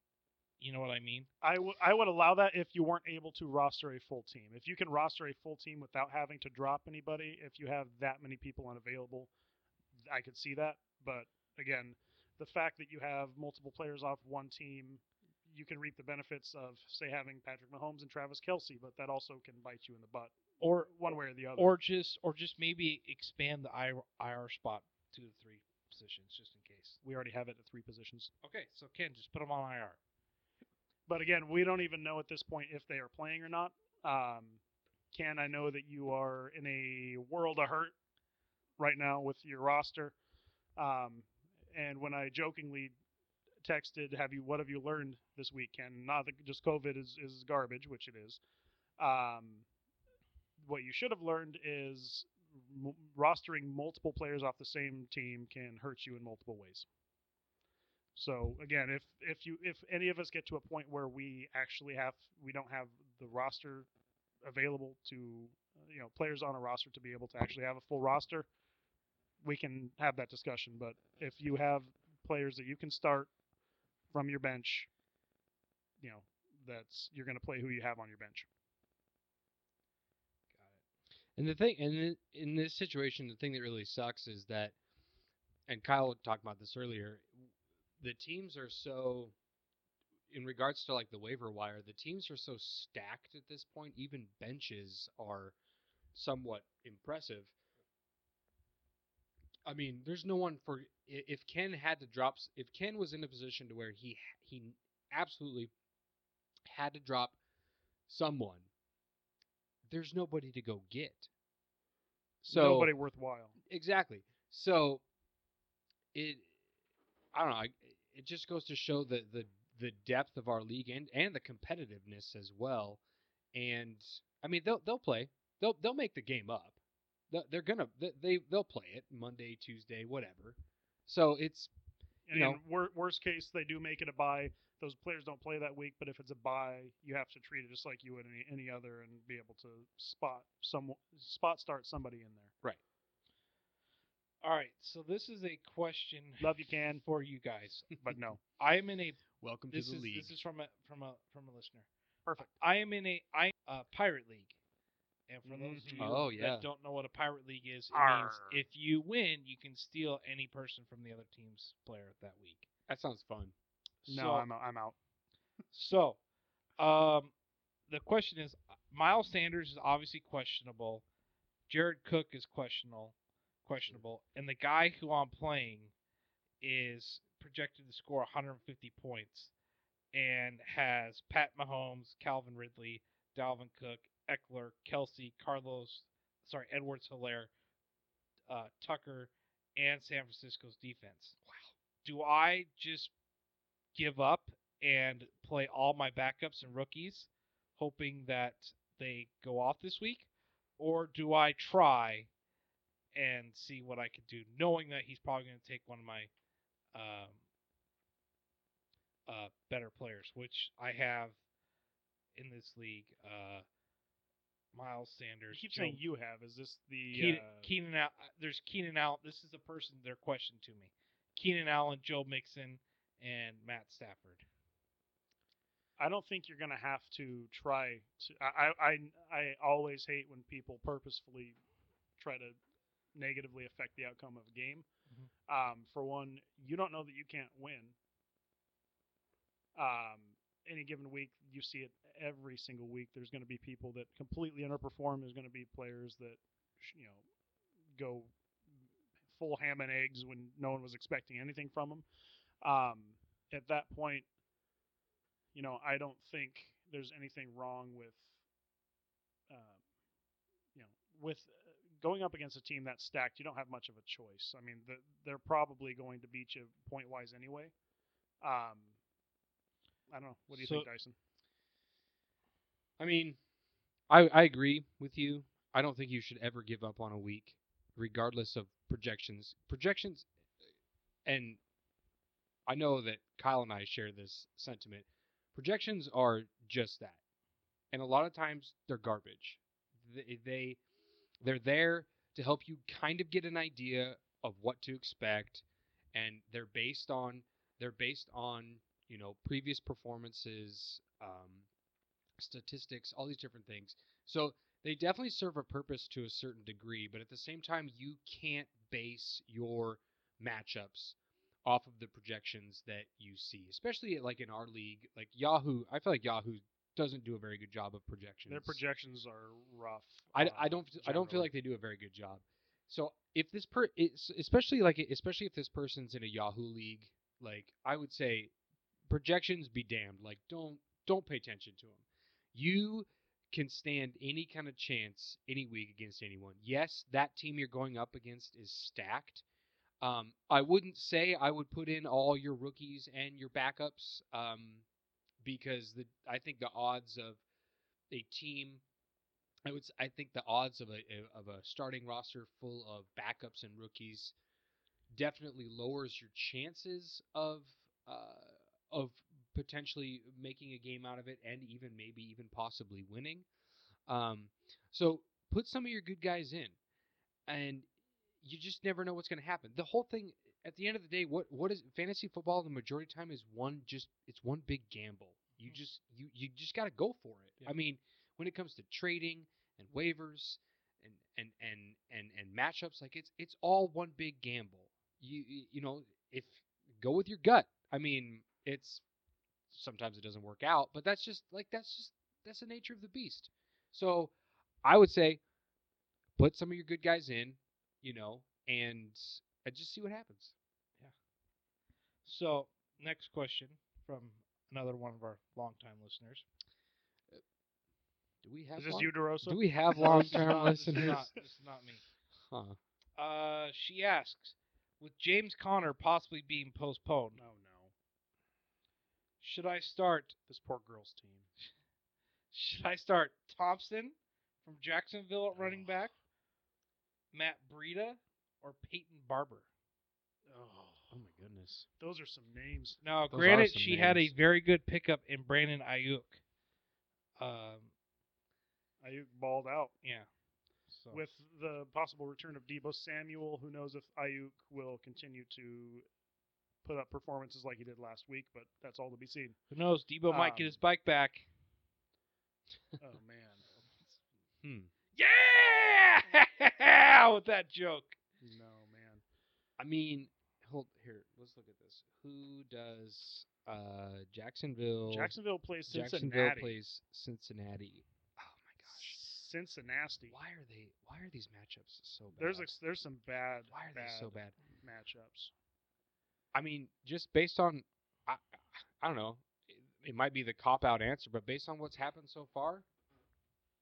[SPEAKER 1] you know what I mean?
[SPEAKER 3] I, w- I would allow that if you weren't able to roster a full team. If you can roster a full team without having to drop anybody, if you have that many people unavailable, I could see that. But again, the fact that you have multiple players off one team, you can reap the benefits of, say, having Patrick Mahomes and Travis Kelsey, but that also can bite you in the butt
[SPEAKER 1] Or
[SPEAKER 3] one way or the other.
[SPEAKER 1] or just or just maybe expand the IR, IR spot to the three positions just in case.
[SPEAKER 3] we already have it at three positions.
[SPEAKER 1] Okay, so Ken, just put them on IR.
[SPEAKER 3] But again, we don't even know at this point if they are playing or not. Um, Ken, I know that you are in a world of hurt right now with your roster. Um, and when I jokingly texted, "Have you? What have you learned this week?" Ken, not that just COVID is is garbage, which it is. Um, what you should have learned is m- rostering multiple players off the same team can hurt you in multiple ways. So again, if if you if any of us get to a point where we actually have we don't have the roster available to uh, you know players on a roster to be able to actually have a full roster, we can have that discussion. But if you have players that you can start from your bench, you know that's you're going to play who you have on your bench.
[SPEAKER 2] And the thing, and thi- in this situation, the thing that really sucks is that, and Kyle talked about this earlier. The teams are so, in regards to like the waiver wire, the teams are so stacked at this point. Even benches are somewhat impressive. I mean, there's no one for i- if Ken had to drop. s- If Ken was in a position to where he h- he absolutely had to drop someone, there's nobody to go get. So
[SPEAKER 3] Nobody worthwhile.
[SPEAKER 2] exactly. So it, I don't know. I- It just goes to show the the the depth of our league and and the competitiveness as well. And I mean, they'll they'll play. They'll they'll make the game up. They're- They're gonna they- they they'll play it Monday, Tuesday, whatever. So it's
[SPEAKER 3] And
[SPEAKER 2] you
[SPEAKER 3] in wor- worst case, they do make it a buy. Those players don't play that week, but if it's a buy, you have to treat it just like you would any, any other, and be able to spot some spot start somebody in there.
[SPEAKER 1] All right, so this is a question
[SPEAKER 3] Love you, can,
[SPEAKER 1] for you guys.
[SPEAKER 3] but no.
[SPEAKER 1] I am in a
[SPEAKER 2] welcome
[SPEAKER 1] this
[SPEAKER 2] to the
[SPEAKER 1] is
[SPEAKER 2] league.
[SPEAKER 1] this is from a from a from a listener.
[SPEAKER 3] Perfect.
[SPEAKER 1] I am in a I uh, pirate league, and for those of
[SPEAKER 3] Mhm.
[SPEAKER 1] you
[SPEAKER 2] Oh, yeah.
[SPEAKER 1] that don't know what a pirate league is, it means
[SPEAKER 3] Arr.
[SPEAKER 1] if you win, you can steal any person from the other team's player that week.
[SPEAKER 2] that sounds fun.
[SPEAKER 3] No,
[SPEAKER 1] So-
[SPEAKER 3] I'm, I'm out.
[SPEAKER 1] So, um, the question is: Miles Sanders is obviously questionable. Jared Cook is questionable, questionable, and the guy who I'm playing is projected to score 150 points, and has Pat Mahomes, Calvin Ridley, Dalvin Cook, Eckler, Kelsey, Carlos, sorry, Edwards Hilaire, uh, Tucker, and San Francisco's defense. Wow. Do I just give up and play all my backups and rookies, hoping that they go off this week? Or do I try and see what I can do, knowing that he's probably going to take one of my um, uh, better players, which I have in this league uh, Miles
[SPEAKER 3] You
[SPEAKER 1] Sanders.
[SPEAKER 3] keep
[SPEAKER 1] Joe
[SPEAKER 3] saying you have. Is this the
[SPEAKER 1] Keenan,
[SPEAKER 3] uh,
[SPEAKER 1] Keenan Al- there's Keenan Allen. This is the person they're questioning to me. Keenan Allen, Joe Mixon, and Matt Stafford.
[SPEAKER 3] I don't think you're going to have to try to. I, I, I, I always hate when people purposefully try to negatively affect the outcome of a game.
[SPEAKER 1] Mhm.
[SPEAKER 3] Um, for one, you don't know that you can't win. Um, any given week, you see it every single week. There's going to be people that completely underperform. There's going to be players that, sh- you know, go full ham and eggs when no one was expecting anything from them. Um, at that point, you know, I don't think there's anything wrong with, uh, you know, with uh, going up against a team that's stacked. You don't have much of a choice. I mean, the, they're probably going to beat you point wise anyway. Um, I don't know. What do you think,
[SPEAKER 1] So-
[SPEAKER 3] Dyson?
[SPEAKER 2] I mean, I I agree with you. I don't think you should ever give up on a week, regardless of projections. Projections, and I know that Kyle and I share this sentiment. Projections are just that, and a lot of times they're garbage. th- they they're there to help you kind of get an idea of what to expect, and they're based on they're based on you know previous performances, um, statistics, all these different things. So they definitely serve a purpose to a certain degree, but at the same time, you can't base your matchups off of the projections that you see, especially like in our league. Like Yahoo, I feel like Yahoo doesn't do a very good job of projections.
[SPEAKER 3] Their projections are rough.
[SPEAKER 2] I,
[SPEAKER 3] uh,
[SPEAKER 2] I don't I don't feel
[SPEAKER 3] generally.
[SPEAKER 2] like they do a very good job. So if this per it's, especially like especially if this person's in a Yahoo league, like I would say projections be damned. Like don't don't pay attention to them. You can stand any kind of chance any week against anyone. Yes, that team you're going up against is stacked. Um, I wouldn't say I would put in all your rookies and your backups um, because the I think the odds of a team I would s- I think the odds of a eh, of a starting roster full of backups and rookies definitely lowers your chances of uh, of potentially making a game out of it and even maybe even possibly winning. Um, so put some of your good guys in, and you just never know what's going to happen. The whole thing at the end of the day, what what is fantasy football? The majority of time is one just it's one big gamble. You just you you just got to go for it.
[SPEAKER 3] Yeah.
[SPEAKER 2] I mean, when it comes to trading and waivers and and and and and matchups, like it's it's all one big gamble. You you- you know if go with your gut. I mean, it's sometimes it doesn't work out, but that's just like that's just that's the nature of the beast. So I would say put some of your good guys in, you know, and uh, just see what happens.
[SPEAKER 1] So, next question from another one of our longtime listeners.
[SPEAKER 2] Do we have
[SPEAKER 3] Is this
[SPEAKER 2] long-
[SPEAKER 3] you, DeRosa?
[SPEAKER 2] do we have
[SPEAKER 1] No,
[SPEAKER 2] long
[SPEAKER 1] this is
[SPEAKER 2] term
[SPEAKER 1] not- this is
[SPEAKER 2] listeners?
[SPEAKER 1] not- This is not me.
[SPEAKER 2] Huh.
[SPEAKER 1] Uh, she asks, with James Conner possibly being postponed,
[SPEAKER 3] Oh no,
[SPEAKER 1] should I start?
[SPEAKER 3] this poor girl's team.
[SPEAKER 1] Should I start Thompson from Jacksonville at running
[SPEAKER 3] Ugh.
[SPEAKER 1] back, Matt Breida, or Peyton Barber?
[SPEAKER 3] Oh,
[SPEAKER 2] Oh my goodness.
[SPEAKER 3] those are some names.
[SPEAKER 1] Now,
[SPEAKER 2] Those are
[SPEAKER 1] granted,
[SPEAKER 2] some
[SPEAKER 1] she had a
[SPEAKER 2] names.
[SPEAKER 1] very good pickup in Brandon Ayuk. Um,
[SPEAKER 3] Ayuk balled out
[SPEAKER 1] yeah. So
[SPEAKER 3] with the possible return of Debo Samuel. Who knows if Ayuk will continue to put up performances like he did last week? But that's all to be seen.
[SPEAKER 1] who knows? Debo might get his bike back.
[SPEAKER 3] oh man,
[SPEAKER 2] Hmm.
[SPEAKER 1] Yeah, with that joke.
[SPEAKER 3] no man.
[SPEAKER 2] I mean, hold here. Let's look at this. Who does uh, Jacksonville?
[SPEAKER 3] Jacksonville plays Cincinnati.
[SPEAKER 2] Jacksonville plays Cincinnati. Oh my gosh.
[SPEAKER 3] Cincinnati.
[SPEAKER 2] Why are they? Why are these matchups so bad?
[SPEAKER 3] There's a, there's some bad.
[SPEAKER 2] why are they so bad?
[SPEAKER 3] matchups?
[SPEAKER 2] I mean, just based on, I, I don't know. It, it might be the cop out answer, but based on what's happened so far,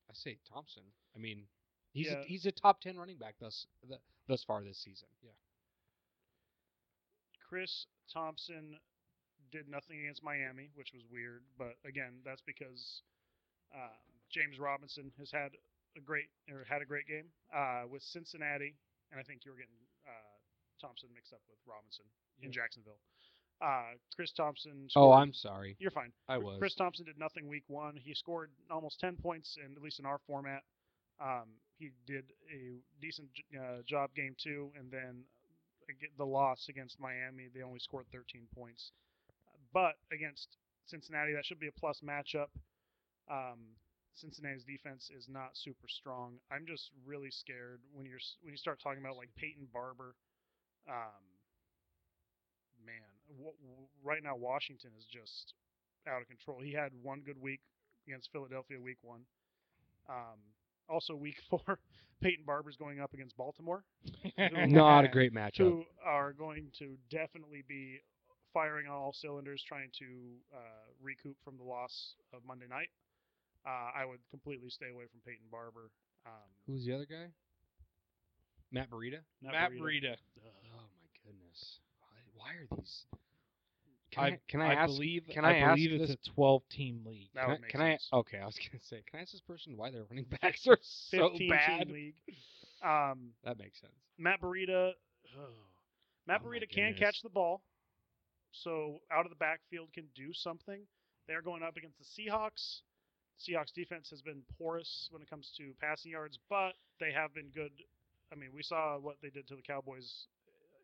[SPEAKER 2] I say Thompson. I mean, he's
[SPEAKER 3] Yeah.
[SPEAKER 2] a, he's a top ten running back thus th thus far this season. Yeah.
[SPEAKER 3] Chris Thompson did nothing against Miami, which was weird. But again, that's because uh, James Robinson has had a great or had a great game uh, with Cincinnati, and I think you were getting uh, Thompson mixed up with Robinson in Jacksonville. Uh, Chris Thompson.
[SPEAKER 2] Oh,
[SPEAKER 3] scored-
[SPEAKER 2] I'm sorry.
[SPEAKER 3] You're fine.
[SPEAKER 2] I
[SPEAKER 3] Chr-
[SPEAKER 2] was.
[SPEAKER 3] Chris Thompson did nothing week one. He scored almost 10 points, and at least in our format, um, he did a decent j- uh, job game two. And then aga- the loss against Miami, they only scored 13 points. But against Cincinnati, that should be a plus matchup. Um, Cincinnati's defense is not super strong. I'm just really scared when you're s- when you start talking about like Peyton Barber. Um, man, w- w- right now Washington is just out of control. He had one good week against Philadelphia, week one. Um, also, week four, Peyton Barber's going up against Baltimore,
[SPEAKER 2] Not a great matchup.
[SPEAKER 3] who are going to definitely be firing on all cylinders, trying to uh, recoup from the loss of Monday night. Uh, I would completely stay away from Peyton Barber. Um,
[SPEAKER 2] Who's the other guy? Matt Burita.
[SPEAKER 3] not
[SPEAKER 1] Matt
[SPEAKER 3] Breida.
[SPEAKER 1] Breida.
[SPEAKER 2] Oh my goodness. Why, why are these? Can
[SPEAKER 1] I,
[SPEAKER 2] I, can I, ask?
[SPEAKER 1] believe,
[SPEAKER 2] can
[SPEAKER 1] I,
[SPEAKER 2] I ask
[SPEAKER 1] believe
[SPEAKER 2] this-
[SPEAKER 1] it's a 12 team league.
[SPEAKER 3] That
[SPEAKER 2] Can I,
[SPEAKER 3] would make
[SPEAKER 2] can I?
[SPEAKER 3] sense.
[SPEAKER 2] Okay, I was gonna say, can I ask this person why their running backs are so
[SPEAKER 3] 15
[SPEAKER 2] bad?
[SPEAKER 3] team league. Um,
[SPEAKER 2] That makes sense.
[SPEAKER 3] Matt Burita. Matt
[SPEAKER 2] Oh my
[SPEAKER 3] Burita can
[SPEAKER 2] goodness.
[SPEAKER 3] catch the ball, so out of the backfield can do something. They are going up against the Seahawks. Seahawks defense has been porous when it comes to passing yards, but they have been good. I mean, we saw what they did to the Cowboys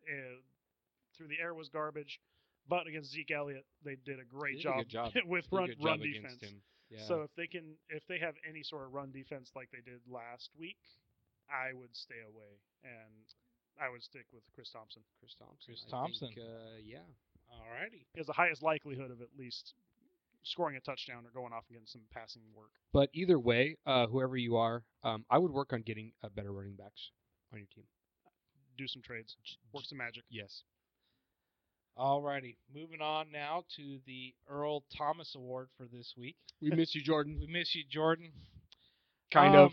[SPEAKER 3] uh, through the air was garbage, but against Zeke Elliott, they did a
[SPEAKER 2] They
[SPEAKER 3] great
[SPEAKER 2] did a
[SPEAKER 3] job,
[SPEAKER 2] good job.
[SPEAKER 3] with
[SPEAKER 2] Did a
[SPEAKER 3] run,
[SPEAKER 2] good
[SPEAKER 3] run
[SPEAKER 2] job against
[SPEAKER 3] defense.
[SPEAKER 2] him. Yeah.
[SPEAKER 3] So if they can, if they have any sort of run defense like they did last week, I would stay away and I would stick with Chris Thompson.
[SPEAKER 2] Chris Thompson.
[SPEAKER 1] Chris
[SPEAKER 2] I think,
[SPEAKER 1] Thompson.
[SPEAKER 2] uh, yeah.
[SPEAKER 1] Alrighty.
[SPEAKER 3] He has the highest likelihood of at least scoring a touchdown or going off and getting some passing work.
[SPEAKER 2] But either way, uh, whoever you are, um, I would work on getting uh, better running backs on your team.
[SPEAKER 3] Do some trades. Work some magic.
[SPEAKER 2] Yes.
[SPEAKER 1] Alrighty. Moving on now to the Earl Thomas Award for this week.
[SPEAKER 2] We miss you, Jordan. Um,
[SPEAKER 1] We miss you, Jordan. Um,
[SPEAKER 2] Kind of.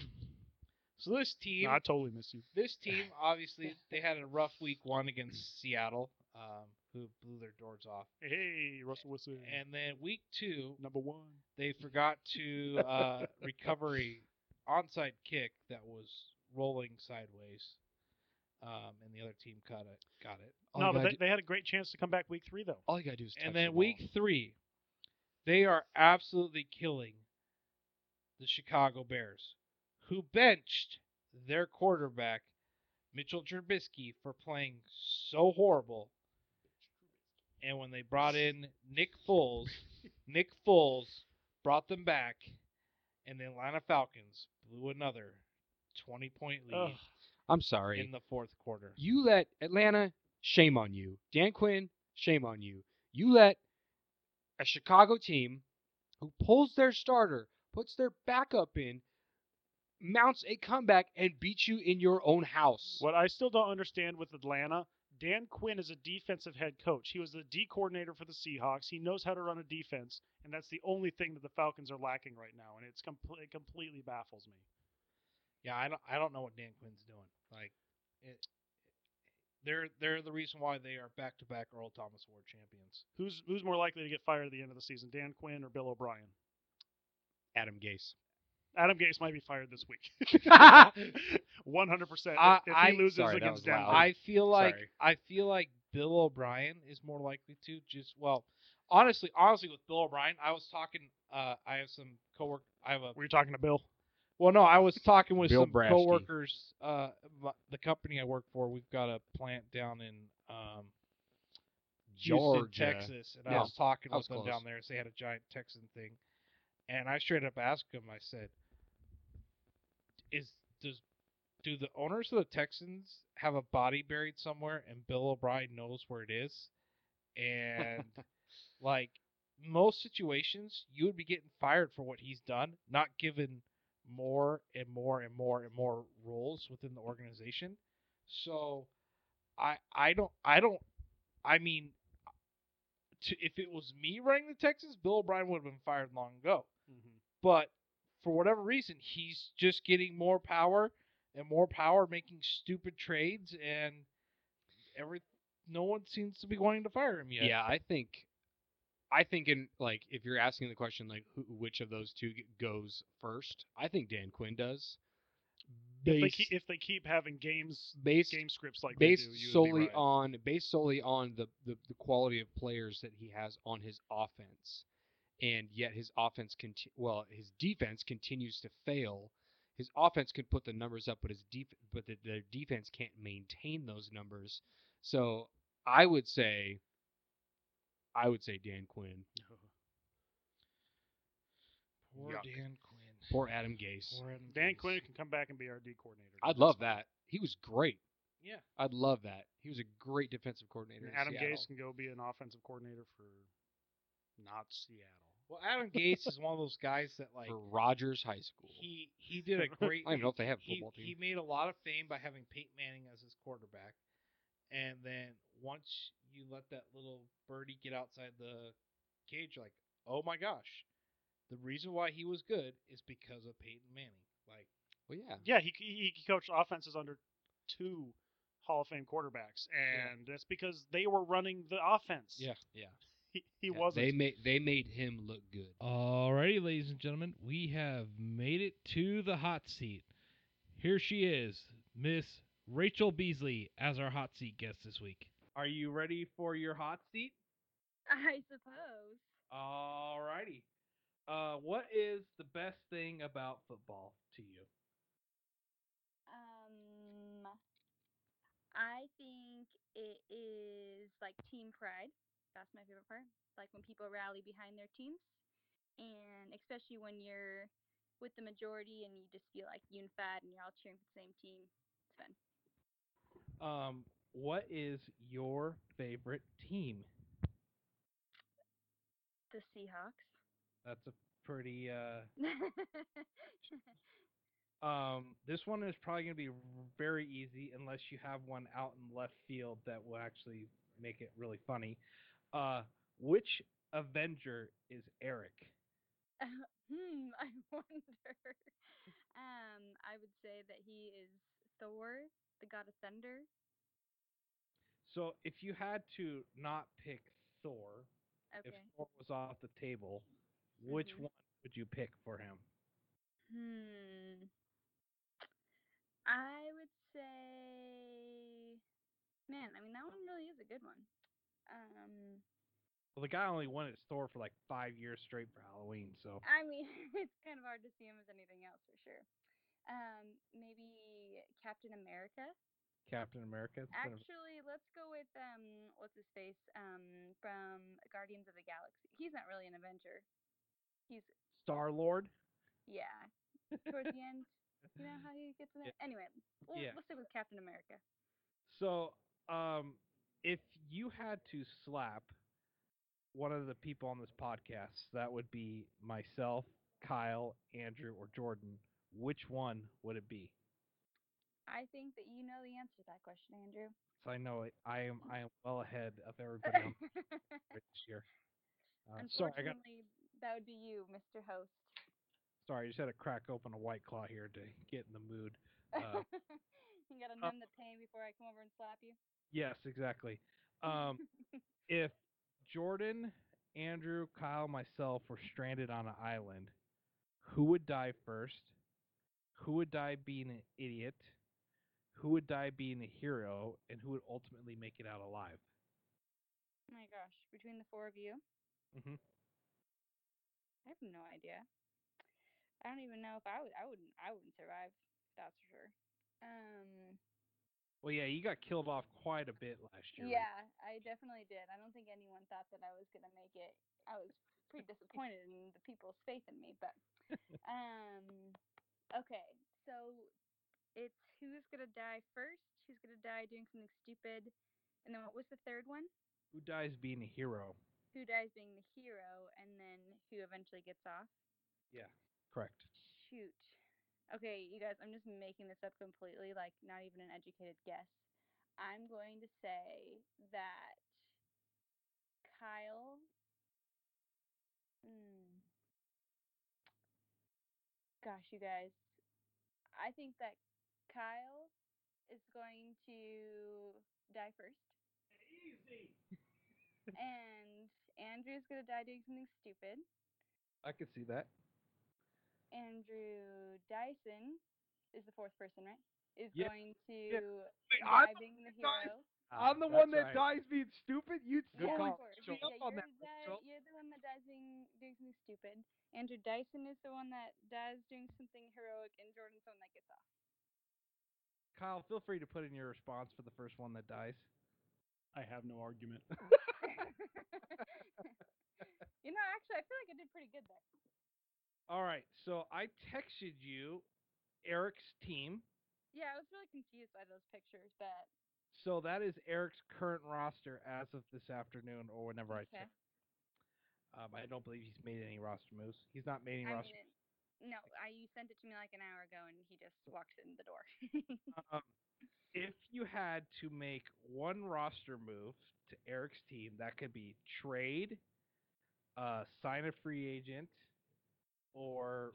[SPEAKER 1] So this team,
[SPEAKER 3] No, I totally miss you.
[SPEAKER 1] this team, obviously, they had a rough week one against Seattle, um, who blew their doors off.
[SPEAKER 3] Hey, Russell Wilson.
[SPEAKER 1] And then week two,
[SPEAKER 3] number one.
[SPEAKER 1] they forgot to uh, recover a onside kick that was rolling sideways, um, and the other team cut it, got it.
[SPEAKER 2] All
[SPEAKER 3] no,
[SPEAKER 2] you
[SPEAKER 3] but
[SPEAKER 2] gotta
[SPEAKER 3] they,
[SPEAKER 2] do-
[SPEAKER 3] they had a great chance to come back week three, though.
[SPEAKER 2] all you gotta do is. touch
[SPEAKER 1] and
[SPEAKER 2] the
[SPEAKER 1] then
[SPEAKER 2] ball.
[SPEAKER 1] week three, they are absolutely killing the Chicago Bears, who benched their quarterback Mitchell Trubisky for playing so horrible. And when they brought in Nick Foles, Nick Foles brought them back, and the Atlanta Falcons blew another 20 point lead
[SPEAKER 3] Ugh.
[SPEAKER 2] I'm sorry.
[SPEAKER 1] in the fourth quarter.
[SPEAKER 2] you let Atlanta. Shame on you, Dan Quinn. Shame on you. You let a Chicago team who pulls their starter, puts their backup in, mounts a comeback, and beats you in your own house.
[SPEAKER 3] What I still don't understand with Atlanta, Dan Quinn is a defensive head coach. He was the D coordinator for the Seahawks. He knows how to run a defense, and that's the only thing that the Falcons are lacking right now, and it's com- it completely baffles me.
[SPEAKER 1] Yeah, I don't I don't know what Dan Quinn's doing. Like it, they're they're the reason why they are back to back Earl Thomas Award champions.
[SPEAKER 3] Who's who's more likely to get fired at the end of the season, Dan Quinn or Bill O'Brien?
[SPEAKER 2] Adam Gase.
[SPEAKER 3] Adam Gase might be fired this week. One hundred percent.
[SPEAKER 1] I-
[SPEAKER 3] If
[SPEAKER 1] I-
[SPEAKER 3] he loses
[SPEAKER 2] sorry, that was
[SPEAKER 3] against Denver,
[SPEAKER 2] loud.
[SPEAKER 1] I feel like
[SPEAKER 2] Oh, Sorry.
[SPEAKER 1] I feel like Bill O'Brien is more likely to just well honestly honestly with Bill O'Brien, I was talking uh I have some cowork I have a
[SPEAKER 3] were you talking to Bill?
[SPEAKER 1] well no, I was talking with
[SPEAKER 2] Bill
[SPEAKER 1] some
[SPEAKER 2] Brashke.
[SPEAKER 1] coworkers uh m- the company I work for, we've got a plant down in um Houston, Texas, and
[SPEAKER 2] Yeah.
[SPEAKER 1] I was talking
[SPEAKER 2] That
[SPEAKER 1] with
[SPEAKER 2] was
[SPEAKER 1] them
[SPEAKER 2] close.
[SPEAKER 1] down there. So they had a giant Texan thing, and I straight up asked them. I said, "Is does do the owners of the Texans have a body buried somewhere, and Bill O'Brien knows where it is?" And like most situations, you would be getting fired for what he's done, not given more and more and more and more roles within the organization. So, I I don't I don't I mean, to, if it was me running the Texans, Bill O'Brien would have been fired long ago. But for whatever reason, he's just getting more power and more power, making stupid trades, and every no one seems to be wanting to fire him yet.
[SPEAKER 2] Yeah, I think, I think in like if you're asking the question like who, which of those two g- goes first, I think Dan Quinn does.
[SPEAKER 3] If they,
[SPEAKER 2] Based,
[SPEAKER 3] keep, if they keep having games
[SPEAKER 2] based,
[SPEAKER 3] game scripts like
[SPEAKER 2] based
[SPEAKER 3] they do, you would be
[SPEAKER 2] solely
[SPEAKER 3] right.
[SPEAKER 2] on based solely on the, the the quality of players that he has on his offense, and yet his offense conti- well his defense continues to fail. His offense can put the numbers up, but his deep but the, their defense can't maintain those numbers. So I would say, I would say Dan Quinn.
[SPEAKER 1] poor
[SPEAKER 2] Yuck.
[SPEAKER 1] Dan Quinn.
[SPEAKER 2] Poor Adam Gase.
[SPEAKER 1] Poor Adam
[SPEAKER 3] Dan
[SPEAKER 1] Gase.
[SPEAKER 3] Quinn can come back and be our D coordinator.
[SPEAKER 2] I'd love that. He was great.
[SPEAKER 1] Yeah.
[SPEAKER 2] I'd love that. He was a great defensive coordinator.
[SPEAKER 3] And
[SPEAKER 2] in
[SPEAKER 3] Adam
[SPEAKER 2] Seattle.
[SPEAKER 3] Gase can go be an offensive coordinator for not Seattle.
[SPEAKER 1] Well, Adam Gates is one of those guys that like
[SPEAKER 2] for Rogers High School.
[SPEAKER 1] he he did a great.
[SPEAKER 2] I don't even know if they have a
[SPEAKER 1] he,
[SPEAKER 2] football team.
[SPEAKER 1] he made a lot of fame by having Peyton Manning as his quarterback, and then once you let that little birdie get outside the cage, you're like, oh my gosh, the reason why he was good is because of Peyton Manning. Like,
[SPEAKER 2] well, yeah.
[SPEAKER 3] Yeah, he, he he coached offenses under two Hall of Fame quarterbacks,
[SPEAKER 1] Yeah.
[SPEAKER 3] and that's because they were running the offense.
[SPEAKER 1] Yeah.
[SPEAKER 2] Yeah.
[SPEAKER 3] he, he
[SPEAKER 2] Yeah,
[SPEAKER 3] wasn't.
[SPEAKER 2] They made they made him look good.
[SPEAKER 1] Alrighty, ladies and gentlemen, we have made it to the hot seat. Here she is, Miss Rachel Beasley, as our hot seat guest this week. Are you ready for your hot seat?
[SPEAKER 4] I suppose.
[SPEAKER 1] Alrighty. Uh, what is the best thing about football to you?
[SPEAKER 5] Um, I think it is like team pride. That's my favorite part. Like when people rally behind their teams, and especially when you're with the majority and you just feel like unified and you're all cheering for the same team. It's fun.
[SPEAKER 1] Um, what is your favorite team?
[SPEAKER 5] The Seahawks.
[SPEAKER 1] That's a pretty uh,
[SPEAKER 5] Hmm,
[SPEAKER 1] Um, this one is probably going to be r- very easy unless you have one out in left field that will actually make it really funny. Uh, which Avenger is Eric?
[SPEAKER 5] hmm, I wonder. Um, I would say that he is Thor, the god of thunder.
[SPEAKER 1] So if you had to not pick Thor, if
[SPEAKER 5] Okay.
[SPEAKER 1] Thor was off the table, which
[SPEAKER 5] Mhm.
[SPEAKER 1] one would you pick for him?
[SPEAKER 5] Hmm. I would say, man, I mean that one really is a good one. Um,
[SPEAKER 1] Well, the guy only wanted Thor for like five years straight for Halloween, so
[SPEAKER 5] I mean it's kind of hard to see him as anything else for sure. Um, maybe Captain America.
[SPEAKER 1] Captain America. it's been a-
[SPEAKER 5] Actually, let's go with um, what's his face um from Guardians of the Galaxy. He's not really an Avenger. He's
[SPEAKER 1] Star Lord.
[SPEAKER 5] yeah. Towards the end, you know how you get to
[SPEAKER 1] Yeah.
[SPEAKER 5] that. Anyway, we'll,
[SPEAKER 1] Yeah.
[SPEAKER 5] we'll stick with Captain America.
[SPEAKER 1] So, um, if you had to slap one of the people on this podcast, that would be myself, Kyle, Andrew, or Jordan. Which one would it be?
[SPEAKER 5] I think that you know the answer to that question, Andrew.
[SPEAKER 1] So I know it, I am I am well ahead of everybody on the board this year. Uh, sorry, I got
[SPEAKER 5] Unfortunately, that would be you, Mr. Host.
[SPEAKER 1] sorry. I just had to crack open a white claw here to get in the mood. Uh,
[SPEAKER 5] you gotta
[SPEAKER 1] uh,
[SPEAKER 5] numb the pain before I come over and slap you.
[SPEAKER 1] yes, exactly. Um, if Jordan, Andrew, Kyle, myself were stranded on an island, who would die first? Who would die being an idiot? Who would die being a hero? And who would ultimately make it out alive?
[SPEAKER 5] Oh my gosh, between the four of you,
[SPEAKER 1] Mm-hmm.
[SPEAKER 5] I have no idea. I don't even know if I would. I wouldn't. I wouldn't survive. That's for sure. Um.
[SPEAKER 1] Well, yeah, you got killed off quite a bit last year. right?
[SPEAKER 5] Yeah, I definitely did. I don't think anyone thought that I was gonna make it. I was pretty disappointed in the people's faith in me, but um, okay. So it's who's gonna die first? Who's gonna die doing something stupid? And then what was the third one?
[SPEAKER 1] Who dies being a hero?
[SPEAKER 5] Who dies being the hero? And then who eventually gets off?
[SPEAKER 1] Correct.
[SPEAKER 5] Shoot. Okay, you guys, I'm just making this up completely, like not even an educated guess. I'm going to say that Kyle. Mm. Gosh, you guys. I think that Kyle is going to die first. Easy! and Andrew's going to die doing something stupid.
[SPEAKER 1] I could see that.
[SPEAKER 5] Andrew Dyson is the fourth person, right? Is
[SPEAKER 1] Yeah.
[SPEAKER 5] going to
[SPEAKER 2] Wait,
[SPEAKER 5] die
[SPEAKER 2] I'm,
[SPEAKER 5] being the
[SPEAKER 2] guy-
[SPEAKER 5] hero.
[SPEAKER 1] Ah,
[SPEAKER 2] I'm the
[SPEAKER 1] that's
[SPEAKER 2] one that
[SPEAKER 1] right.
[SPEAKER 2] dies being stupid. You
[SPEAKER 1] Good
[SPEAKER 2] yeah,
[SPEAKER 5] yeah, of
[SPEAKER 1] call.
[SPEAKER 5] course.
[SPEAKER 1] Joel.
[SPEAKER 5] Yeah,
[SPEAKER 1] Up on
[SPEAKER 5] you're,
[SPEAKER 1] that
[SPEAKER 5] the,
[SPEAKER 1] one, Joel.
[SPEAKER 5] you're the one that dies being doing something stupid. Andrew Dyson is the one that dies doing something heroic, and Jordan's the one that gets off.
[SPEAKER 1] Kyle, feel free to put in your response for the first one that dies.
[SPEAKER 3] I have no argument.
[SPEAKER 5] you know, actually, I feel like I did pretty good there.
[SPEAKER 1] All right. So I texted you Eric's team.
[SPEAKER 5] Yeah, I was really confused by those pictures, but
[SPEAKER 1] So that is Eric's current roster as of this afternoon or whenever I
[SPEAKER 5] okay.
[SPEAKER 1] check. Um, I don't believe he's made any roster moves. He's not made any
[SPEAKER 5] I
[SPEAKER 1] roster.
[SPEAKER 5] mean, it, no, I you sent it to me like an hour ago, and he just walked in the door.
[SPEAKER 1] Um, if you had to make one roster move to Eric's team, that could be trade, uh, sign a free agent, or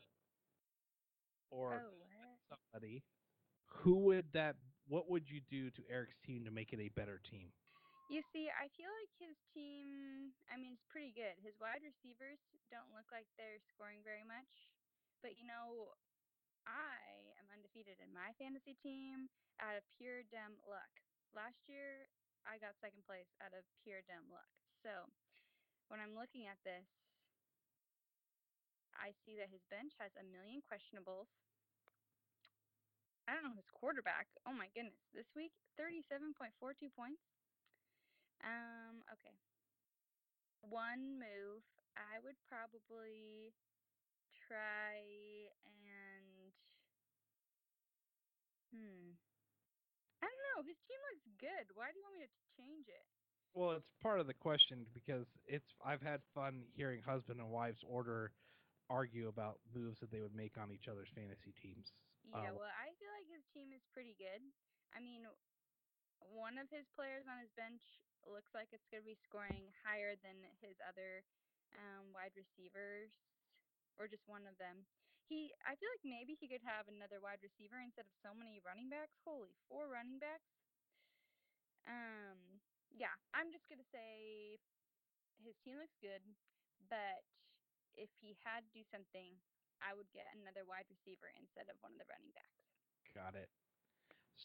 [SPEAKER 1] or
[SPEAKER 5] oh, what?
[SPEAKER 1] somebody. Who would that? What would you do to Eric's team to make it a better team?
[SPEAKER 5] You see, I feel like his team, I mean, it's pretty good. His wide receivers don't look like they're scoring very much. But, you know, I am undefeated in my fantasy team out of pure dumb luck. Last year, I got second place out of pure dumb luck. So, when I'm looking at this, I see that his bench has a million questionables. I don't know his quarterback. Oh my goodness, this week thirty-seven point four two points. Um, okay. One move, I would probably try and hmm. I don't know. His team looks good. Why do you want me to change it?
[SPEAKER 1] Well, it's part of the question because it's I've had fun hearing husband and wives order argue about moves that they would make on each other's fantasy teams.
[SPEAKER 5] Yeah,
[SPEAKER 1] Oh.
[SPEAKER 5] well, I feel like his team is pretty good. I mean, one of his players on his bench looks like it's going to be scoring higher than his other um, wide receivers, or just one of them. He, I feel like maybe he could have another wide receiver instead of so many running backs. Holy, four running backs. Um, yeah, I'm just gonna say his team looks good, but if he had to do something, I would get another wide receiver instead of one of the running backs.
[SPEAKER 1] Got it.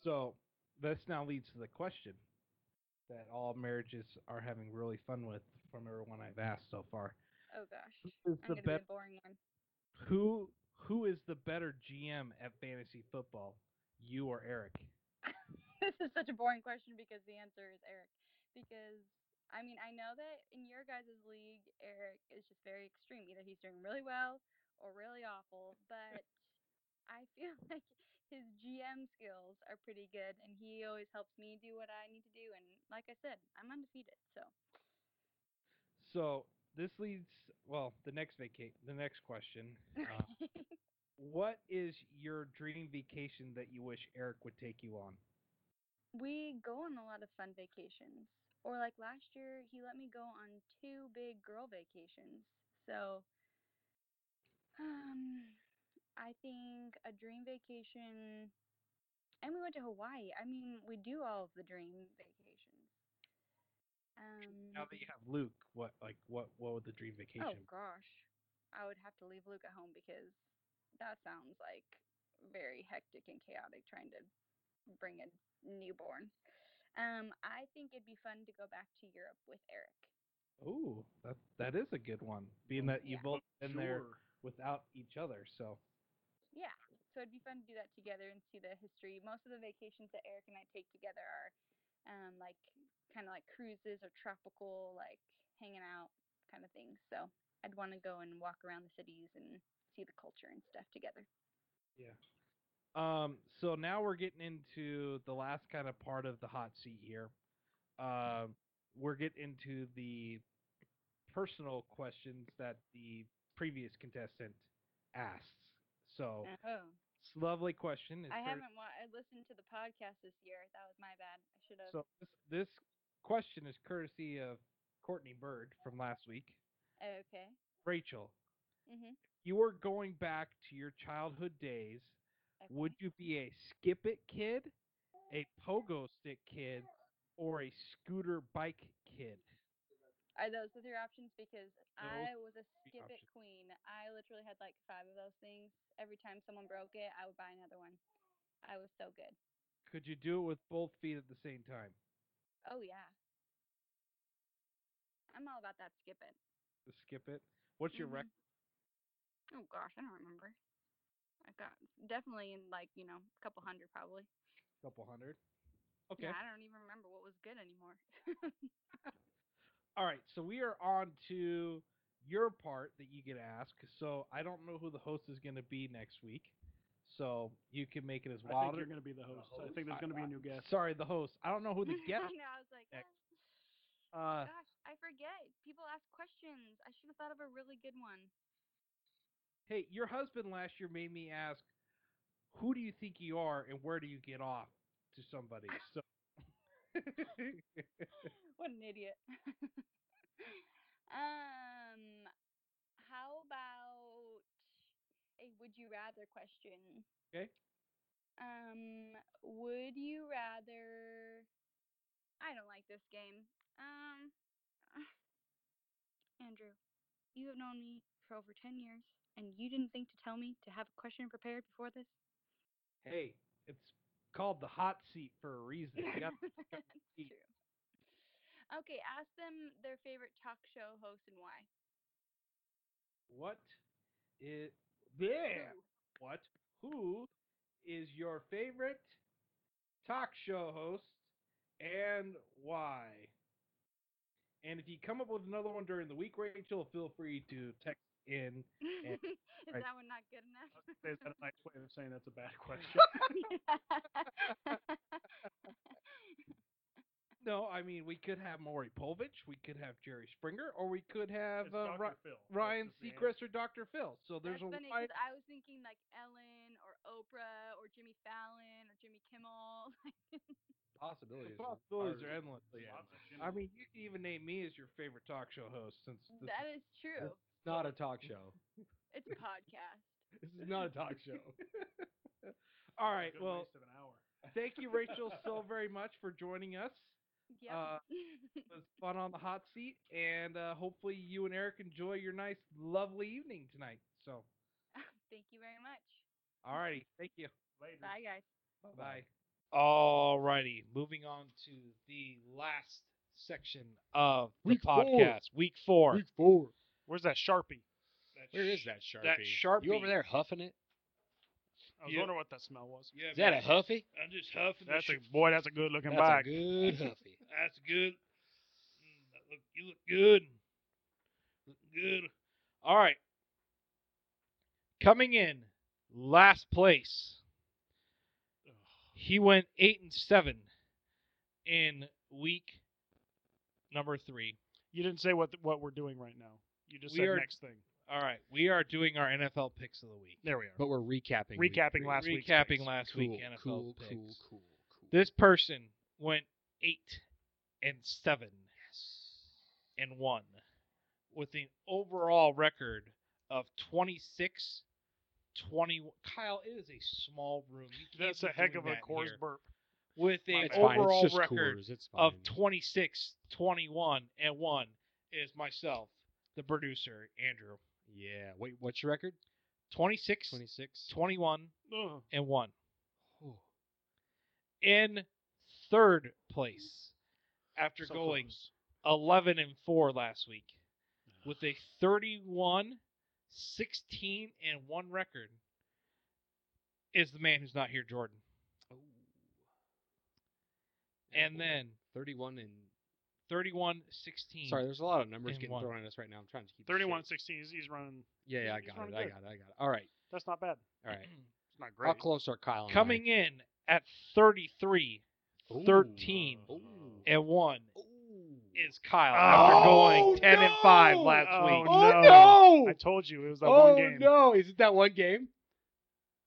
[SPEAKER 1] So this now leads to the question that all marriages are having really fun with from everyone I've asked so far.
[SPEAKER 5] Oh gosh,
[SPEAKER 1] Who is
[SPEAKER 5] I'm
[SPEAKER 1] the
[SPEAKER 5] gonna
[SPEAKER 1] bet-
[SPEAKER 5] be a boring one.
[SPEAKER 1] who who is the better GM at fantasy football? You or Eric?
[SPEAKER 5] this is such a boring question because the answer is Eric. Because I mean, I know that in your guys' league, Eric is just very extreme. Either he's doing really well or really awful. But I feel like his GM skills are pretty good, and he always helps me do what I need to do. And like I said, I'm undefeated. So
[SPEAKER 1] So this leads well, the next vaca- the next question. Uh, what is your dream vacation that you wish Eric would take you on?
[SPEAKER 5] we go on a lot of fun vacations. Or like last year, he let me go on two big girl vacations. So, um, I think a dream vacation, and we went to Hawaii. I mean, we do all of the dream vacations. Um,
[SPEAKER 1] Now that you have Luke, what like what what would the dream vacation?
[SPEAKER 5] oh
[SPEAKER 1] be?
[SPEAKER 5] gosh, I would have to leave Luke at home because that sounds like very hectic and chaotic trying to bring a newborn. Um, I think it'd be fun to go back to Europe with Eric.
[SPEAKER 1] Ooh, that that is a good one. Being that you
[SPEAKER 5] Oh, Yeah.
[SPEAKER 1] both been there
[SPEAKER 3] Oh, Sure.
[SPEAKER 1] without each other, so
[SPEAKER 5] Yeah, so it'd be fun to do that together and see the history. Most of the vacations that Eric and I take together are um, like kind of like cruises or tropical, like hanging out kind of things. So I'd want to go and walk around the cities and see the culture and stuff together.
[SPEAKER 1] Um, so now we're getting into the last kind of part of the hot seat here. Um, we're getting into the personal questions that the previous contestant asks. So
[SPEAKER 5] Oh.
[SPEAKER 1] it's a lovely question. It's
[SPEAKER 5] I
[SPEAKER 1] very-
[SPEAKER 5] haven't wa- I listened to the podcast this year. That was my bad. I should have.
[SPEAKER 1] So this, this question is courtesy of Courtney Bird from last week.
[SPEAKER 5] Oh, okay.
[SPEAKER 1] Rachel,
[SPEAKER 5] Mhm.
[SPEAKER 1] you were going back to your childhood days.
[SPEAKER 5] okay.
[SPEAKER 1] Would you be a skip it kid, a pogo stick kid, or a scooter bike kid?
[SPEAKER 5] Are those the three options? Because I was a
[SPEAKER 1] three
[SPEAKER 5] skip it
[SPEAKER 1] options.
[SPEAKER 5] queen. I literally had like five of those things. Every time someone broke it, I would buy another one. I was so good.
[SPEAKER 1] Could you do it with both feet at the same time?
[SPEAKER 5] Oh yeah. I'm all about that skip it.
[SPEAKER 1] The skip it. What's your
[SPEAKER 3] Mm-hmm.
[SPEAKER 5] Mhm.
[SPEAKER 1] record?
[SPEAKER 5] Oh gosh, I don't remember. I got definitely in like you know a couple hundred probably.
[SPEAKER 1] Couple hundred. Okay.
[SPEAKER 5] Yeah, I don't even remember what was good anymore.
[SPEAKER 1] All right. So we are on to your part that you get asked. So I don't know who the host is going to be next week. So you can make it as
[SPEAKER 3] I think
[SPEAKER 1] wild.
[SPEAKER 3] you're
[SPEAKER 1] or-
[SPEAKER 3] going to be the host. I
[SPEAKER 1] host.
[SPEAKER 3] think there's
[SPEAKER 1] I-
[SPEAKER 3] going to be
[SPEAKER 1] I-
[SPEAKER 3] a new guest.
[SPEAKER 1] Sorry, the host. I don't know who the guest.
[SPEAKER 5] I know. I was like.
[SPEAKER 1] next.
[SPEAKER 5] "Ah."
[SPEAKER 1] Uh,
[SPEAKER 5] Gosh, I forget. People ask questions. I should have thought of a really good one.
[SPEAKER 1] hey, your husband last year made me ask, who do you think you are and where do you get off to somebody? So
[SPEAKER 5] what an idiot. um, how about a would you rather question?
[SPEAKER 1] 'Kay.
[SPEAKER 5] Um, would you rather? I don't like this game. Um, Andrew, you have known me for over 10 years, and you didn't think to tell me to have a question prepared before this?
[SPEAKER 1] hey, it's called the hot seat for a reason. You got-
[SPEAKER 5] That's
[SPEAKER 1] eat.
[SPEAKER 5] true. Okay, ask them their favorite talk show host and why.
[SPEAKER 1] what
[SPEAKER 4] is yeah. What? Who is your favorite talk show host and why? And if you come up with another one during the week, Rachel, feel free to text in. Yeah.
[SPEAKER 5] Is
[SPEAKER 4] Right.
[SPEAKER 5] that one not good enough?
[SPEAKER 3] Is that a nice way of saying that's a bad question?
[SPEAKER 4] No, I mean we could have Maury Povich, we could have Jerry Springer, or we could have
[SPEAKER 3] It's
[SPEAKER 4] uh,
[SPEAKER 3] Dr.
[SPEAKER 4] Ri-
[SPEAKER 3] Phil. That's
[SPEAKER 4] Ryan
[SPEAKER 3] just the answer.
[SPEAKER 4] Seacrest or Dr. Phil. So there's a
[SPEAKER 5] That's funny
[SPEAKER 4] wide
[SPEAKER 5] 'cause I was thinking like Ellen or Oprah or Jimmy Fallon or Jimmy Kimmel.
[SPEAKER 2] Possibilities.
[SPEAKER 4] the
[SPEAKER 2] are-
[SPEAKER 4] possibilities
[SPEAKER 2] are-
[SPEAKER 4] are endless.
[SPEAKER 2] yeah,
[SPEAKER 3] Lots of
[SPEAKER 4] I
[SPEAKER 3] Jimmy.
[SPEAKER 4] mean, you can even name me as your favorite talk show host since this
[SPEAKER 5] that
[SPEAKER 4] is
[SPEAKER 5] is true.
[SPEAKER 2] It's not a talk show.
[SPEAKER 5] It's a podcast.
[SPEAKER 2] This is not a talk show.
[SPEAKER 4] All
[SPEAKER 3] A
[SPEAKER 4] right.
[SPEAKER 3] good
[SPEAKER 4] Well,
[SPEAKER 3] waste of an hour.
[SPEAKER 4] thank you, Rachel, so very much for joining us.
[SPEAKER 5] Yep.
[SPEAKER 4] Uh, It was fun on the hot seat, and uh, hopefully you and Eric enjoy your nice, lovely evening tonight. So,
[SPEAKER 5] Thank you very much.
[SPEAKER 4] all righty, thank you.
[SPEAKER 3] Later.
[SPEAKER 5] Bye guys.
[SPEAKER 4] Bye.
[SPEAKER 1] Alrighty, moving on to the last section of the
[SPEAKER 2] Week four.
[SPEAKER 1] podcast, week four.
[SPEAKER 2] four.
[SPEAKER 3] Where's that Sharpie?
[SPEAKER 2] Where is that sharpie? You
[SPEAKER 1] Sharpie.
[SPEAKER 2] over there huffing it?
[SPEAKER 3] I was
[SPEAKER 1] Yeah.
[SPEAKER 3] wondering what that smell was.
[SPEAKER 1] Yeah,
[SPEAKER 2] Is that a
[SPEAKER 1] man,
[SPEAKER 2] huffy?
[SPEAKER 1] I'm just huffing.
[SPEAKER 3] That's
[SPEAKER 1] this
[SPEAKER 3] a
[SPEAKER 1] shit.
[SPEAKER 3] boy. That's a good looking
[SPEAKER 2] That's
[SPEAKER 3] bag.
[SPEAKER 2] a good huffy.
[SPEAKER 1] That's good. Mm, that look, you look good. Look good. All right. Coming in last place. He went eight and seven in week number three.
[SPEAKER 3] You didn't say what th- what we're doing right now. You just
[SPEAKER 1] We
[SPEAKER 3] said
[SPEAKER 1] are-
[SPEAKER 3] next thing.
[SPEAKER 1] All right, we are doing our NFL picks of the week.
[SPEAKER 3] There we are.
[SPEAKER 2] But we're recapping. week
[SPEAKER 3] Recapping
[SPEAKER 2] three.
[SPEAKER 3] last week's
[SPEAKER 1] Recapping
[SPEAKER 3] picks.
[SPEAKER 1] last
[SPEAKER 2] cool,
[SPEAKER 1] week NFL
[SPEAKER 2] cool,
[SPEAKER 1] picks.
[SPEAKER 2] cool, cool, cool.
[SPEAKER 1] This person went eight and seven and one with an overall record of 26 20 Kyle it is a small room You can't
[SPEAKER 3] That's
[SPEAKER 1] be
[SPEAKER 3] a heck
[SPEAKER 1] doing
[SPEAKER 3] of a
[SPEAKER 1] that
[SPEAKER 3] coarse
[SPEAKER 1] here.
[SPEAKER 3] burp.
[SPEAKER 1] with
[SPEAKER 3] My
[SPEAKER 1] an
[SPEAKER 3] bad.
[SPEAKER 2] it's fine.
[SPEAKER 1] overall
[SPEAKER 2] it's just
[SPEAKER 1] record
[SPEAKER 2] Coors. It's
[SPEAKER 1] of
[SPEAKER 2] fine.
[SPEAKER 1] 26 21 and 1 is myself the producer Andrew
[SPEAKER 2] yeah. Wait, what's your record?
[SPEAKER 1] 26
[SPEAKER 2] Twenty six.
[SPEAKER 1] 21
[SPEAKER 3] Ugh.
[SPEAKER 1] and 1 in third place after
[SPEAKER 3] So
[SPEAKER 1] going
[SPEAKER 3] close.
[SPEAKER 1] 11 and 4 last week with a 31 16 and 1 record is the man who's not here jordan and then
[SPEAKER 2] thirty one and
[SPEAKER 1] 31 16
[SPEAKER 2] sorry, there's a lot of numbers
[SPEAKER 1] And
[SPEAKER 2] getting
[SPEAKER 1] one.
[SPEAKER 2] thrown at us right now. I'm trying to keep it straight.
[SPEAKER 3] 31 16. He's, he's running.
[SPEAKER 2] Yeah, yeah, I
[SPEAKER 3] He's
[SPEAKER 2] got
[SPEAKER 3] running
[SPEAKER 2] it. I
[SPEAKER 3] good.
[SPEAKER 2] got it. I got it. All right,
[SPEAKER 3] That's not bad.
[SPEAKER 2] all right.
[SPEAKER 3] It's not
[SPEAKER 2] How
[SPEAKER 3] great.
[SPEAKER 2] close are Kyle? And
[SPEAKER 1] coming in at 33 13
[SPEAKER 2] I? Ooh.
[SPEAKER 1] and 1
[SPEAKER 2] Ooh.
[SPEAKER 1] is kyle after
[SPEAKER 2] Oh,
[SPEAKER 1] going 10 and 5
[SPEAKER 2] no!
[SPEAKER 1] last
[SPEAKER 3] Oh,
[SPEAKER 1] week
[SPEAKER 2] Oh
[SPEAKER 3] no!
[SPEAKER 2] no!
[SPEAKER 3] I told you it was that
[SPEAKER 2] oh
[SPEAKER 3] one game.
[SPEAKER 2] no! Is it that one game?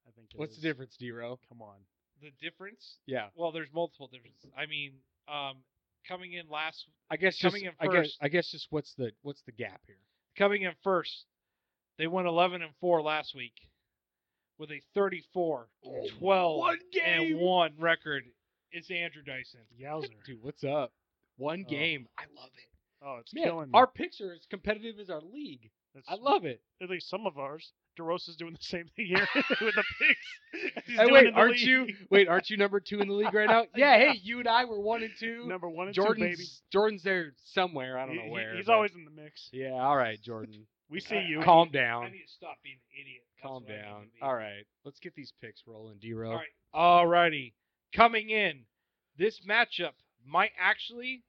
[SPEAKER 3] I think it
[SPEAKER 2] What's the
[SPEAKER 3] is.
[SPEAKER 2] difference, Dero?
[SPEAKER 3] Come on.
[SPEAKER 1] the difference
[SPEAKER 2] Yeah,
[SPEAKER 1] well there's multiple differences i mean um coming in last
[SPEAKER 2] I guess just.
[SPEAKER 1] Coming in
[SPEAKER 2] I guess.
[SPEAKER 1] first.
[SPEAKER 2] I guess just what's the what's the gap here?
[SPEAKER 1] coming in first. They went 11 and 4 last week with a 34 12
[SPEAKER 2] one
[SPEAKER 1] and
[SPEAKER 2] game!
[SPEAKER 1] 1 record. It's Andrew Dyson.
[SPEAKER 3] Yowzer.
[SPEAKER 2] Dude, what's up? One
[SPEAKER 3] Oh.
[SPEAKER 2] game. I love it.
[SPEAKER 3] Oh, it's
[SPEAKER 2] Man,
[SPEAKER 3] killing me.
[SPEAKER 2] our picks are as competitive as our league.
[SPEAKER 3] That's-
[SPEAKER 2] I love it.
[SPEAKER 3] at least some of ours. DeRosa's is doing the same thing here with the picks. as he's
[SPEAKER 2] Hey,
[SPEAKER 3] doing
[SPEAKER 2] wait,
[SPEAKER 3] in the
[SPEAKER 2] aren't
[SPEAKER 3] league.
[SPEAKER 2] you? Wait, aren't you number two in the league right now? Yeah. Hey, you and I were one and two.
[SPEAKER 3] number one and
[SPEAKER 2] Jordan's
[SPEAKER 3] two, baby?
[SPEAKER 2] Jordan's there somewhere. I don't
[SPEAKER 3] He-
[SPEAKER 2] know
[SPEAKER 3] he-
[SPEAKER 2] where.
[SPEAKER 3] he's
[SPEAKER 2] but-
[SPEAKER 3] always in the mix.
[SPEAKER 2] Yeah. All right, Jordan.
[SPEAKER 3] We see you.
[SPEAKER 2] Calm
[SPEAKER 1] I
[SPEAKER 2] down.
[SPEAKER 1] need to stop being an idiot. That's
[SPEAKER 2] Calm
[SPEAKER 1] what I need to
[SPEAKER 2] down.
[SPEAKER 1] be.
[SPEAKER 2] All right. Let's get these picks rolling, Dero.
[SPEAKER 1] All right. All righty. Coming in, this matchup might actually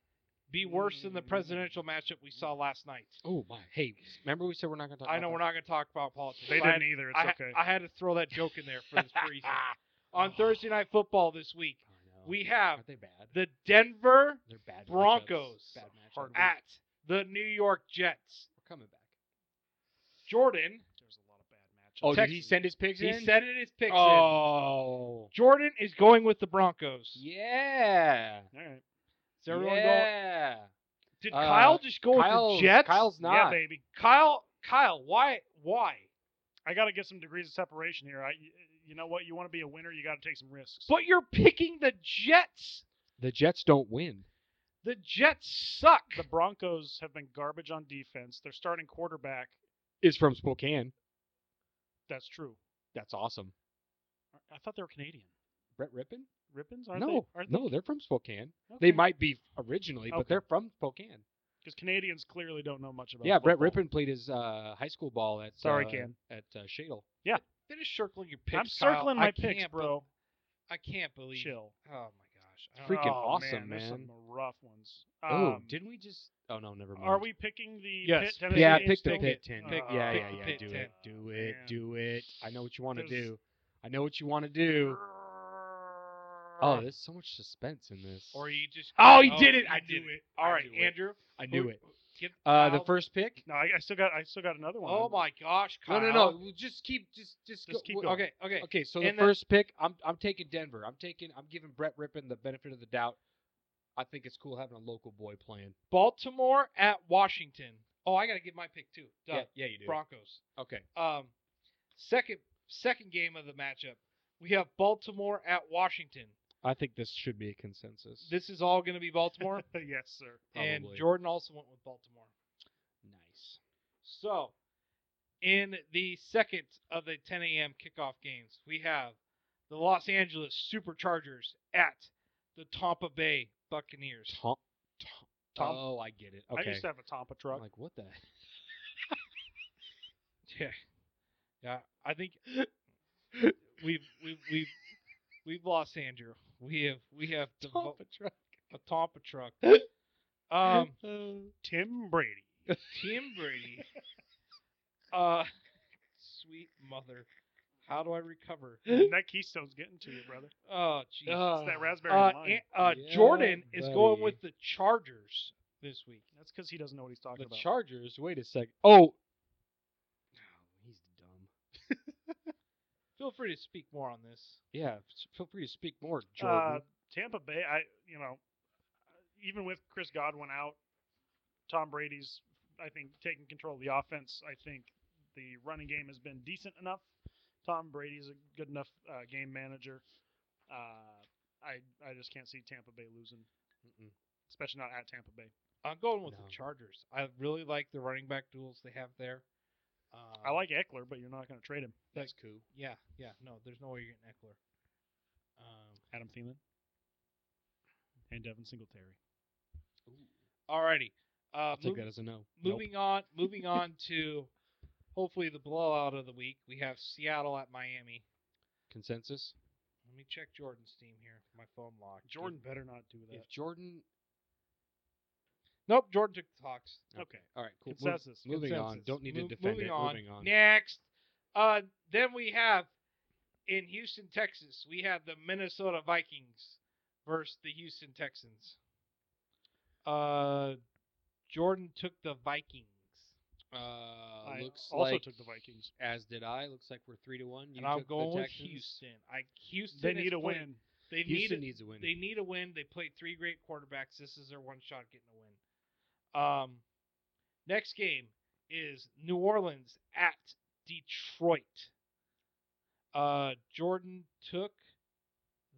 [SPEAKER 1] be worse than the
[SPEAKER 2] Mm.
[SPEAKER 1] presidential matchup we saw last night.
[SPEAKER 2] Oh my. Hey, remember we said we're not going to talk
[SPEAKER 1] I know we're not going to talk about politics.
[SPEAKER 3] They
[SPEAKER 1] but I-
[SPEAKER 3] didn't either. It's
[SPEAKER 1] I,
[SPEAKER 3] okay. Oh.
[SPEAKER 1] I had to throw that joke in there for this reason. On Thursday Night Football this week, we have
[SPEAKER 2] Aren't they bad?
[SPEAKER 1] the Denver
[SPEAKER 2] They're bad. matchups.
[SPEAKER 1] Broncos
[SPEAKER 2] Bad matchups.
[SPEAKER 3] Hard
[SPEAKER 1] at the New York Jets.
[SPEAKER 2] We're coming back.
[SPEAKER 1] Jordan,
[SPEAKER 3] There's a lot of bad matches.
[SPEAKER 2] Oh, did he
[SPEAKER 1] Texans.
[SPEAKER 2] send his picks
[SPEAKER 1] he
[SPEAKER 2] in?
[SPEAKER 1] said it is picks in.
[SPEAKER 2] Oh.
[SPEAKER 1] Jordan is going with the Broncos.
[SPEAKER 2] Yeah.
[SPEAKER 3] All right.
[SPEAKER 1] Is everyone going?
[SPEAKER 2] yeah.
[SPEAKER 1] Did
[SPEAKER 2] Uh,
[SPEAKER 1] Kyle just go with
[SPEAKER 2] Kyle's-
[SPEAKER 1] the Jets?
[SPEAKER 2] Kyle's
[SPEAKER 3] Yeah,
[SPEAKER 2] not.
[SPEAKER 3] baby.
[SPEAKER 1] Kyle, Kyle, why, why?
[SPEAKER 3] I got to get some degrees of separation here. I, you know what? You want to be a winner, you got to take some risks.
[SPEAKER 1] But you're picking the Jets.
[SPEAKER 2] the Jets don't win.
[SPEAKER 1] The Jets suck.
[SPEAKER 3] the Broncos have been garbage on defense. Their starting quarterback,
[SPEAKER 2] Is from Spokane.
[SPEAKER 3] that's true.
[SPEAKER 2] That's awesome.
[SPEAKER 3] I thought they were Canadian.
[SPEAKER 2] Brett Rippon?
[SPEAKER 3] Ribbons? Aren't
[SPEAKER 2] no,
[SPEAKER 3] they? Aren't
[SPEAKER 2] no, they're from Spokane.
[SPEAKER 3] They,
[SPEAKER 2] They
[SPEAKER 3] Okay.
[SPEAKER 2] might be originally, but
[SPEAKER 3] Okay.
[SPEAKER 2] they're from Spokane.
[SPEAKER 3] because Canadians clearly don't know much about.
[SPEAKER 2] Yeah, Brett
[SPEAKER 3] football.
[SPEAKER 2] Ripon played his uh, high school ball at
[SPEAKER 3] Sorry,
[SPEAKER 2] uh,
[SPEAKER 3] Ken.
[SPEAKER 2] at uh, Shadle.
[SPEAKER 1] Finish circling your picks.
[SPEAKER 3] I'm
[SPEAKER 1] Kyle.
[SPEAKER 3] circling
[SPEAKER 1] I
[SPEAKER 3] my picks,
[SPEAKER 1] can't be-
[SPEAKER 3] bro.
[SPEAKER 1] I can't believe.
[SPEAKER 3] Chill.
[SPEAKER 1] Oh my gosh. I don't
[SPEAKER 2] Freaking
[SPEAKER 1] know.
[SPEAKER 3] oh,
[SPEAKER 2] awesome,
[SPEAKER 3] There's some
[SPEAKER 2] man.
[SPEAKER 3] rough ones.
[SPEAKER 2] oh,
[SPEAKER 3] Um,
[SPEAKER 2] didn't we just? Oh no, never mind.
[SPEAKER 3] Are we picking the
[SPEAKER 1] Yes,
[SPEAKER 3] pit?
[SPEAKER 1] pick-
[SPEAKER 3] Tennessee
[SPEAKER 2] yeah,
[SPEAKER 3] James
[SPEAKER 2] pick the
[SPEAKER 3] thing?
[SPEAKER 2] pit ten.
[SPEAKER 3] Pick-
[SPEAKER 2] yeah,
[SPEAKER 1] pick
[SPEAKER 2] yeah,
[SPEAKER 1] the
[SPEAKER 2] yeah.
[SPEAKER 1] pit
[SPEAKER 2] do
[SPEAKER 1] ten.
[SPEAKER 2] it, do it,
[SPEAKER 3] Man.
[SPEAKER 2] do it. I know what you want to
[SPEAKER 3] There's-
[SPEAKER 2] do. I know what you want to do. Oh, there's so much suspense in this.
[SPEAKER 1] Or you just.
[SPEAKER 2] oh, he did it! I
[SPEAKER 1] you
[SPEAKER 2] knew
[SPEAKER 1] did
[SPEAKER 2] it.
[SPEAKER 1] All
[SPEAKER 2] I
[SPEAKER 1] right,
[SPEAKER 2] knew it.
[SPEAKER 1] Andrew.
[SPEAKER 2] I knew
[SPEAKER 1] who-
[SPEAKER 2] it.
[SPEAKER 1] Give
[SPEAKER 2] Uh, the
[SPEAKER 1] Kyle-
[SPEAKER 2] first pick.
[SPEAKER 3] No, I, I still got. I still got another one.
[SPEAKER 1] Oh my gosh,
[SPEAKER 2] No,
[SPEAKER 1] Kyle.
[SPEAKER 2] no, Uh, no. We'll just keep, just, just, go-
[SPEAKER 3] Just keep
[SPEAKER 2] well,
[SPEAKER 3] going.
[SPEAKER 2] Okay,
[SPEAKER 1] Okay.
[SPEAKER 2] okay. So the
[SPEAKER 1] And then-
[SPEAKER 2] first pick, I'm, I'm taking Denver. I'm taking, I'm giving Brett Rippon the benefit of the doubt. I think it's cool having a local boy playing.
[SPEAKER 1] Baltimore at Washington. Oh, I gotta give my pick too. Duh.
[SPEAKER 2] yeah, you do.
[SPEAKER 1] Broncos.
[SPEAKER 2] Okay.
[SPEAKER 1] Um, second second game of the matchup, we have Baltimore at Washington.
[SPEAKER 2] I think this should be a consensus.
[SPEAKER 1] This is all going to be Baltimore,
[SPEAKER 3] yes, sir.
[SPEAKER 1] and
[SPEAKER 2] Probably.
[SPEAKER 1] Jordan also went with Baltimore.
[SPEAKER 2] nice.
[SPEAKER 1] So, in the second of the 10 a.m. kickoff games, we have the Los Angeles Superchargers at the Tampa Bay Buccaneers.
[SPEAKER 2] Tom, Tom,
[SPEAKER 1] Tom-
[SPEAKER 2] Oh, I get it. Okay.
[SPEAKER 3] I used to have a Tampa
[SPEAKER 2] I'm
[SPEAKER 3] truck.
[SPEAKER 2] like, what the?
[SPEAKER 1] Yeah, yeah. I think we've we've we've we've lost Andrew. We have we have devo-
[SPEAKER 2] truck.
[SPEAKER 1] a Tampa truck. Um,
[SPEAKER 3] Tim Brady.
[SPEAKER 1] Tim Brady. Uh, sweet mother, how do I recover?
[SPEAKER 3] And that Keystone's getting to you, brother.
[SPEAKER 1] Oh, jeez.
[SPEAKER 3] It's that raspberry
[SPEAKER 1] Uh,
[SPEAKER 3] wine.
[SPEAKER 1] An- uh,
[SPEAKER 2] Yeah,
[SPEAKER 1] Jordan is going
[SPEAKER 2] buddy.
[SPEAKER 1] with the Chargers this week.
[SPEAKER 3] That's because he doesn't know what he's talking
[SPEAKER 2] the
[SPEAKER 3] about.
[SPEAKER 2] Chargers. Wait a sec. Oh, he's dumb.
[SPEAKER 1] Feel free to speak more on this.
[SPEAKER 2] Yeah. s- Feel free to speak more,
[SPEAKER 3] uh,
[SPEAKER 2] Jordan.
[SPEAKER 3] Tampa Bay. I you know, even with Chris Godwin out, Tom Brady's I think taking control of the offense. I think the running game has been decent enough. Tom Brady's a good enough uh, game manager. Uh, I I just can't see Tampa Bay losing,
[SPEAKER 2] Mm-mm.
[SPEAKER 3] especially not at Tampa Bay.
[SPEAKER 1] I'm going with
[SPEAKER 2] No.
[SPEAKER 1] the Chargers. I really like the running back duels they have there. Um,
[SPEAKER 3] I like Eckler, but you're not going to trade him.
[SPEAKER 2] That's cool.
[SPEAKER 1] Yeah, yeah. No, there's no way you're getting Eckler. Um,
[SPEAKER 3] Adam Thielen and Devin Singletary.
[SPEAKER 1] alrighty. Uh,
[SPEAKER 2] I'll take
[SPEAKER 1] mov-
[SPEAKER 2] that as a no. Nope.
[SPEAKER 1] moving on. Moving on to hopefully the blowout of the week. We have Seattle at Miami.
[SPEAKER 2] Consensus.
[SPEAKER 1] Let me check Jordan's team here. My phone locked.
[SPEAKER 3] Jordan better not do that.
[SPEAKER 2] If Jordan.
[SPEAKER 1] Nope. Jordan took the Hawks.
[SPEAKER 3] Okay.
[SPEAKER 2] All right. Cool. Move-
[SPEAKER 3] Consensus.
[SPEAKER 2] moving on.
[SPEAKER 1] Consensus.
[SPEAKER 2] Don't need to
[SPEAKER 1] Move-
[SPEAKER 2] defend
[SPEAKER 1] moving
[SPEAKER 2] it.
[SPEAKER 1] On.
[SPEAKER 2] Moving on.
[SPEAKER 1] Next. Uh, then we have in Houston, Texas, we have the Minnesota Vikings versus the Houston Texans. Uh, Jordan took the Vikings.
[SPEAKER 2] Uh,
[SPEAKER 3] I
[SPEAKER 2] looks
[SPEAKER 3] also
[SPEAKER 2] like
[SPEAKER 3] took the Vikings.
[SPEAKER 2] as did I. Looks like we're three to one. You
[SPEAKER 1] and I'm
[SPEAKER 2] took the
[SPEAKER 1] going with
[SPEAKER 2] Texans.
[SPEAKER 1] Houston. I Houston.
[SPEAKER 3] They
[SPEAKER 1] is
[SPEAKER 3] need a
[SPEAKER 1] play-
[SPEAKER 3] win.
[SPEAKER 1] They
[SPEAKER 2] Houston
[SPEAKER 1] need
[SPEAKER 2] needs a win.
[SPEAKER 1] a, they need a win. They played three great quarterbacks. This is their one shot at getting a win. Um, next game is New Orleans at Detroit. Uh, Jordan took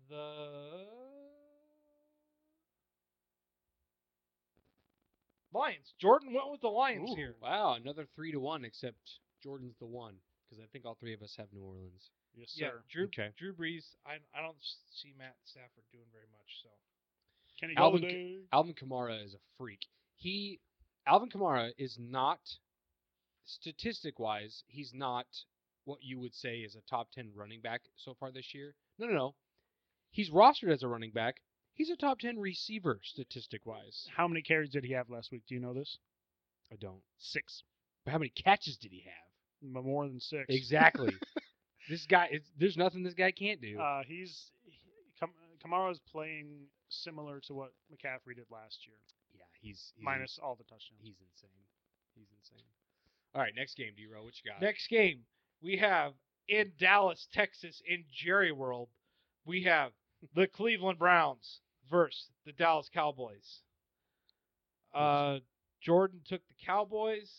[SPEAKER 1] the Lions. Jordan went with the Lions
[SPEAKER 2] Ooh,
[SPEAKER 1] here.
[SPEAKER 2] Wow, another three to one. Except Jordan's the one because I think all three of us have New Orleans.
[SPEAKER 3] Yes,
[SPEAKER 1] Yeah,
[SPEAKER 3] sir.
[SPEAKER 1] Drew
[SPEAKER 2] Okay.
[SPEAKER 1] Drew Brees. I I don't s- see Matt Stafford doing very much. So
[SPEAKER 3] Kenny
[SPEAKER 2] Alvin-
[SPEAKER 3] Golladay.
[SPEAKER 2] Alvin Kamara is a freak. He, Alvin Kamara is not, statistic wise, he's not what you would say is a top 10 running back so far this year. No, no, no. He's rostered as a running back. He's a top 10 receiver statistic wise.
[SPEAKER 3] How many carries did he have last week? Do you know this?
[SPEAKER 2] I don't.
[SPEAKER 3] Six.
[SPEAKER 2] But how many catches did he have?
[SPEAKER 3] M- More than six.
[SPEAKER 2] Exactly. this guy, it's, there's nothing this guy can't do.
[SPEAKER 3] Uh, he's he- Kam- Kamara's playing similar to what McCaffrey did last year,
[SPEAKER 2] yeah, he's, he's
[SPEAKER 3] minus all the touchdowns.
[SPEAKER 2] He's insane. He's insane. All right, next game, D-Row. What you got?
[SPEAKER 1] Next game, we have in Dallas, Texas, in Jerry World, we have the Cleveland Browns versus the Dallas Cowboys. Uh, Jordan took the Cowboys.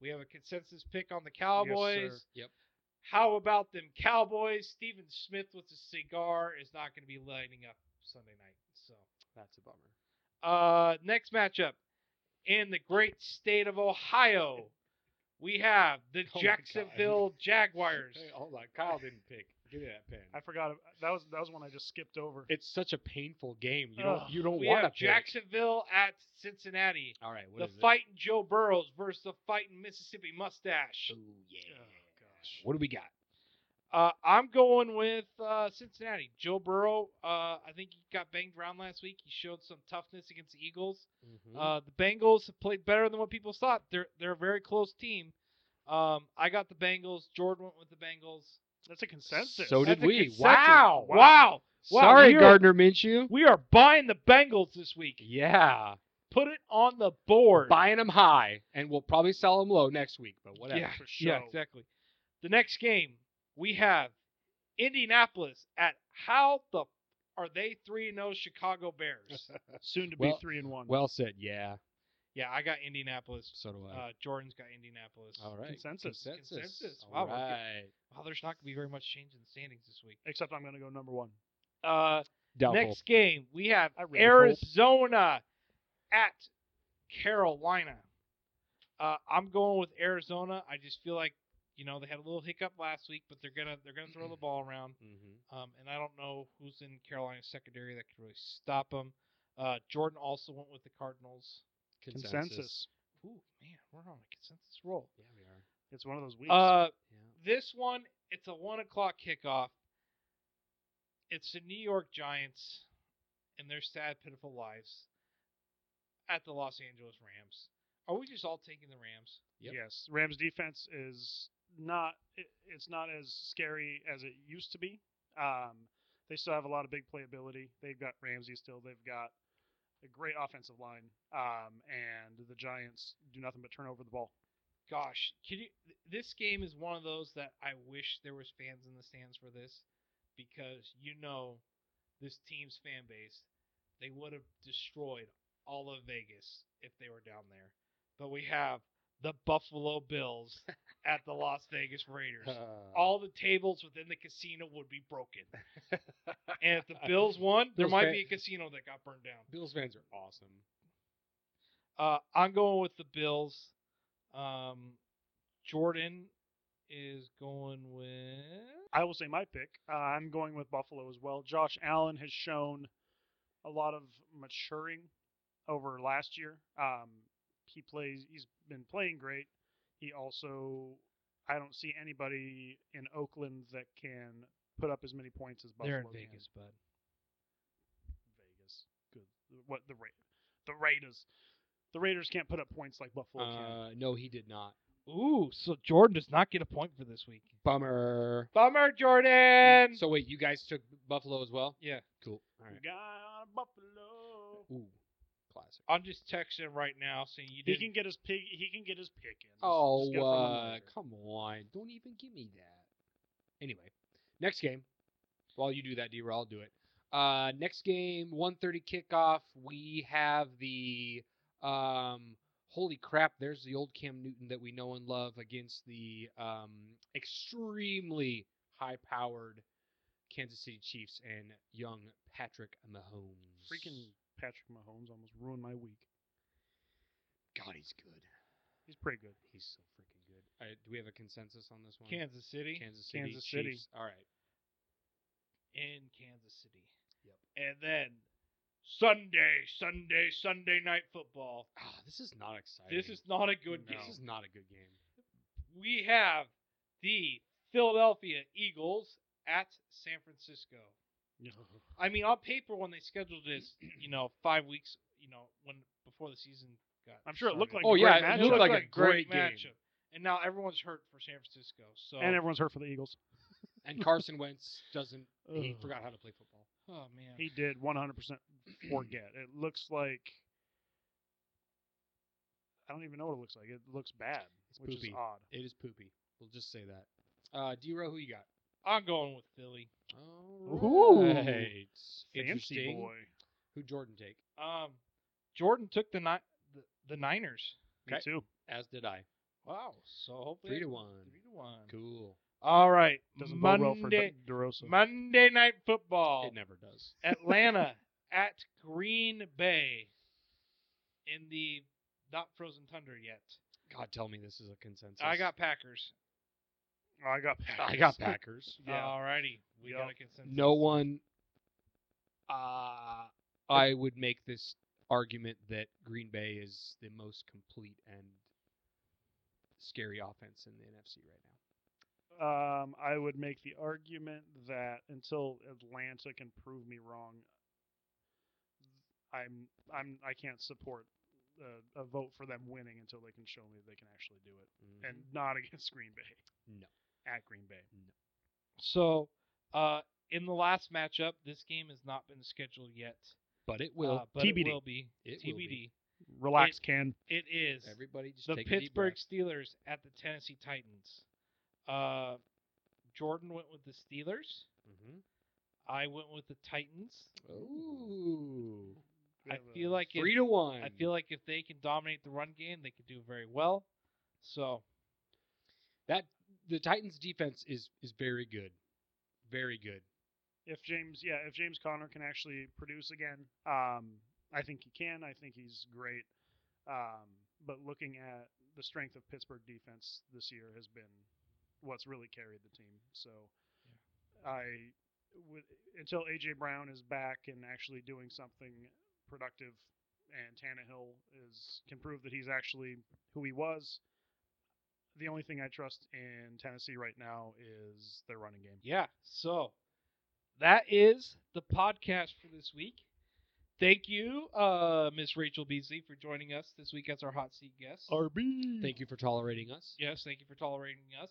[SPEAKER 1] We have a consensus pick on the Cowboys.
[SPEAKER 2] Yep.
[SPEAKER 1] How about them Cowboys? Steven Smith with a cigar is not going to be lighting up Sunday night. So,
[SPEAKER 2] That's a bummer.
[SPEAKER 1] uh, next matchup in the great state of Ohio, we have the
[SPEAKER 2] Oh my God.
[SPEAKER 1] Jacksonville Jaguars
[SPEAKER 2] Hey, hold on. Kyle didn't pick. Give me that pen.
[SPEAKER 3] I forgot. ab- That was that was one I just skipped over. Oh,
[SPEAKER 2] It's such a painful game. You don't.
[SPEAKER 3] Ugh.
[SPEAKER 2] you don't
[SPEAKER 1] We
[SPEAKER 2] want to
[SPEAKER 1] have Jacksonville at Cincinnati.
[SPEAKER 2] All right. What
[SPEAKER 1] The
[SPEAKER 2] is
[SPEAKER 1] fighting Joe Burrows versus the fighting Mississippi Mustache.
[SPEAKER 2] It? Oh yeah.
[SPEAKER 3] Oh, gosh.
[SPEAKER 2] What do we got?
[SPEAKER 1] Uh, I'm going with uh, Cincinnati. Joe Burrow. Uh, I think he got banged around last week. He showed some toughness against the Eagles.
[SPEAKER 2] Hmm. Mm-hmm.
[SPEAKER 1] Uh, the Bengals have played better than what people thought. They're they're a very close team. Um, I got the Bengals. Jordan went with the Bengals.
[SPEAKER 3] That's a consensus.
[SPEAKER 2] So Oh, did
[SPEAKER 1] That's a
[SPEAKER 2] we.
[SPEAKER 1] consensus.
[SPEAKER 2] Wow.
[SPEAKER 1] Wow. Wow,
[SPEAKER 2] Sorry,
[SPEAKER 1] you're-
[SPEAKER 2] Gardner Minshew.
[SPEAKER 1] We are buying the Bengals this week.
[SPEAKER 2] Yeah.
[SPEAKER 1] Put it on the board.
[SPEAKER 2] Buying them high, and we'll probably sell them low next week. But whatever.
[SPEAKER 1] Yeah,
[SPEAKER 3] for
[SPEAKER 1] yeah,
[SPEAKER 3] show.
[SPEAKER 1] exactly. The next game we have Indianapolis at how the f- are they three and zero Chicago Bears?
[SPEAKER 3] soon to
[SPEAKER 2] Well-
[SPEAKER 3] be three and one.
[SPEAKER 2] Well said. Yeah.
[SPEAKER 1] yeah, I got Indianapolis.
[SPEAKER 2] So do I.
[SPEAKER 1] Uh, Jordan's got Indianapolis.
[SPEAKER 2] All right.
[SPEAKER 3] consensus.
[SPEAKER 2] Consensus.
[SPEAKER 1] Consensus.
[SPEAKER 2] All
[SPEAKER 1] Wow, we're good.
[SPEAKER 2] right.
[SPEAKER 1] Wow, there's not going to be very much change in the standings this week.
[SPEAKER 3] Except I'm going to go number one.
[SPEAKER 1] Uh,
[SPEAKER 2] Doubtful.
[SPEAKER 1] Next game, we have
[SPEAKER 3] I really
[SPEAKER 1] Arizona at Carolina. Uh, I'm going with Arizona. I just feel like you know they had a little hiccup last week, but they're gonna they're gonna throw the ball around.
[SPEAKER 2] Mhm.
[SPEAKER 1] Um, and I don't know who's in Carolina's secondary that could really stop them. Uh, Jordan also went with the Cardinals.
[SPEAKER 3] Consensus.
[SPEAKER 1] Ooh man, we're on a consensus roll.
[SPEAKER 2] Yeah, we are.
[SPEAKER 3] It's one of those weeks.
[SPEAKER 1] Uh,
[SPEAKER 2] Yeah.
[SPEAKER 1] this one it's a one o'clock kickoff. It's the New York Giants and their sad, pitiful lives at the Los Angeles Rams. Are we just all taking the Rams?
[SPEAKER 2] Yep.
[SPEAKER 3] Yes, Rams defense is not it, it's not as scary as it used to be. Um, they still have a lot of big playability. They've got Ramsey still. They've got a great offensive line, um, and the Giants do nothing but turn over the ball.
[SPEAKER 1] Gosh, can you? th- This game is one of those that I wish there was fans in the stands for this, because you know, this team's fan base, they would have destroyed all of Vegas if they were down there. But we have the Buffalo Bills at the Las Vegas Raiders.
[SPEAKER 2] Uh,
[SPEAKER 1] all the tables within the casino would be broken. And if the Bills won, there
[SPEAKER 2] Bills
[SPEAKER 1] might
[SPEAKER 2] fan-
[SPEAKER 1] be a casino that got burned down.
[SPEAKER 2] Bills fans are awesome.
[SPEAKER 1] Uh, I'm going with the Bills. Um, Jordan is going with.
[SPEAKER 3] I will say my pick. Uh, I'm going with Buffalo as well. Josh Allen has shown a lot of maturing over last year. Um, he plays. He's been playing great. He also, I don't see anybody in Oakland that can put up as many points as Buffalo.
[SPEAKER 1] They're in
[SPEAKER 3] can.
[SPEAKER 1] Vegas, bud.
[SPEAKER 3] Vegas. Good. What the Ra- the Raiders? The Raiders can't put up points like Buffalo can.
[SPEAKER 2] Uh, no, he did not.
[SPEAKER 1] Ooh, so Jordan does not get a point for this week.
[SPEAKER 2] Bummer.
[SPEAKER 1] Bummer, Jordan.
[SPEAKER 2] So wait, you guys took Buffalo as well?
[SPEAKER 1] yeah,
[SPEAKER 2] Cool. All
[SPEAKER 3] We
[SPEAKER 2] right.
[SPEAKER 3] got Buffalo.
[SPEAKER 2] Ooh, classic.
[SPEAKER 1] I'm just texting right now saying you
[SPEAKER 3] He
[SPEAKER 1] didn't.
[SPEAKER 3] can get his pig. He can get his pick in. Just-
[SPEAKER 2] Oh,
[SPEAKER 3] just get it from him
[SPEAKER 2] uh,
[SPEAKER 3] later.
[SPEAKER 2] come on! Don't even give me that. Anyway, next game. While you do that, D. I'll do it. Uh, next game, 1:30 kickoff. We have the um, holy crap! There's the old Cam Newton that we know and love against the um, extremely high-powered Kansas City Chiefs and young Patrick Mahomes.
[SPEAKER 3] Freaking Patrick Mahomes almost ruined my week.
[SPEAKER 2] God, he's good.
[SPEAKER 3] He's pretty good.
[SPEAKER 2] He's so freaking good. All right, do we have a consensus on this one?
[SPEAKER 1] Kansas City
[SPEAKER 2] Kansas City.
[SPEAKER 3] Kansas City.
[SPEAKER 2] Chiefs. All right.
[SPEAKER 1] in Kansas City. Yep. And then Sunday, Sunday, Sunday night football.
[SPEAKER 2] Ah, this is not exciting.
[SPEAKER 1] This is not a good
[SPEAKER 2] This
[SPEAKER 1] game.
[SPEAKER 2] is not a good game.
[SPEAKER 1] We have the Philadelphia Eagles at San Francisco. I mean, on paper, when they scheduled this, you know, five weeks, you know, when before the season got,
[SPEAKER 3] I'm sure it looked
[SPEAKER 1] started,
[SPEAKER 3] like- Oh, yeah, it looked
[SPEAKER 2] like a great game.
[SPEAKER 1] matchup. And now everyone's hurt for San Francisco. So,
[SPEAKER 3] And everyone's hurt for the Eagles.
[SPEAKER 2] And Carson Wentz doesn't. he
[SPEAKER 3] Ugh.
[SPEAKER 2] forgot how to play football.
[SPEAKER 1] oh man,
[SPEAKER 3] He did 100% forget. It looks like I don't even know what it looks like. It looks bad,
[SPEAKER 2] It's
[SPEAKER 3] which
[SPEAKER 2] poopy.
[SPEAKER 3] is odd.
[SPEAKER 2] It is poopy. We'll just say that. Uh, D-Row, who you got?
[SPEAKER 1] I'm going with Philly.
[SPEAKER 2] All
[SPEAKER 3] Ooh.
[SPEAKER 2] right.
[SPEAKER 3] Fancy
[SPEAKER 2] Interesting.
[SPEAKER 3] boy.
[SPEAKER 2] Who Jordan take?
[SPEAKER 1] Um, Jordan took the ni- the, the Niners.
[SPEAKER 3] Me
[SPEAKER 2] Okay.
[SPEAKER 3] too.
[SPEAKER 2] As did I.
[SPEAKER 1] Wow. So hopefully
[SPEAKER 2] Three
[SPEAKER 1] I
[SPEAKER 2] to
[SPEAKER 1] can-
[SPEAKER 2] one.
[SPEAKER 1] Three to one.
[SPEAKER 2] Cool.
[SPEAKER 1] All right.
[SPEAKER 3] Doesn't bode
[SPEAKER 1] Monday,
[SPEAKER 3] well for De- DeRosa.
[SPEAKER 1] Monday night football.
[SPEAKER 2] It never does.
[SPEAKER 1] Atlanta at Green Bay in the not frozen thunder yet.
[SPEAKER 2] God, tell me this is a consensus.
[SPEAKER 1] I got Packers.
[SPEAKER 3] I got.
[SPEAKER 2] I got Packers.
[SPEAKER 3] Yeah.
[SPEAKER 1] Alrighty, we
[SPEAKER 3] Yep.
[SPEAKER 1] got a consensus.
[SPEAKER 2] No one. Uh, I would make this argument that Green Bay is the most complete and scary offense in the NFC right now.
[SPEAKER 3] Um, I would make the argument that until Atlanta can prove me wrong, I'm I'm I can't support a, a vote for them winning until they can show me they can actually do it,
[SPEAKER 2] Mm-hmm.
[SPEAKER 1] Mm-hmm.
[SPEAKER 3] and not against Green Bay.
[SPEAKER 2] No.
[SPEAKER 3] at Green Bay.
[SPEAKER 1] So, uh, in the last matchup, this game has not been scheduled yet.
[SPEAKER 2] but it will.
[SPEAKER 1] uh, but
[SPEAKER 3] TBD.
[SPEAKER 1] it will be.
[SPEAKER 2] It will
[SPEAKER 1] TBD.
[SPEAKER 2] be.
[SPEAKER 3] Relax, Ken.
[SPEAKER 1] It is
[SPEAKER 2] Everybody just
[SPEAKER 1] the
[SPEAKER 2] take
[SPEAKER 1] Pittsburgh
[SPEAKER 2] A deep
[SPEAKER 1] Steelers at the Tennessee Titans. Uh, Jordan went with the Steelers. I went with the Titans.
[SPEAKER 2] breath. Ooh.
[SPEAKER 1] I
[SPEAKER 3] Have a-
[SPEAKER 1] feel like
[SPEAKER 2] Three
[SPEAKER 1] if,
[SPEAKER 2] to one.
[SPEAKER 1] I feel like if they can dominate the run game, they could do very well. So
[SPEAKER 2] that the Titans defense is is very good. Very good.
[SPEAKER 3] if James, yeah, if James Conner can actually produce again, um, I think he can. I think he's great. Um, but looking at the strength of Pittsburgh defense this year has been what's really carried the team. So I would until AJ Brown is back and actually doing something productive, and Tannehill is can prove that he's actually who he was. The only thing I trust in Tennessee right now is their running game.
[SPEAKER 1] yeah, so that is the podcast for this week. Thank you, uh, Miss Rachel Beasley, for joining us this week as our hot seat guest.
[SPEAKER 2] RB. Thank you for tolerating us.
[SPEAKER 1] Yes, thank you for tolerating us.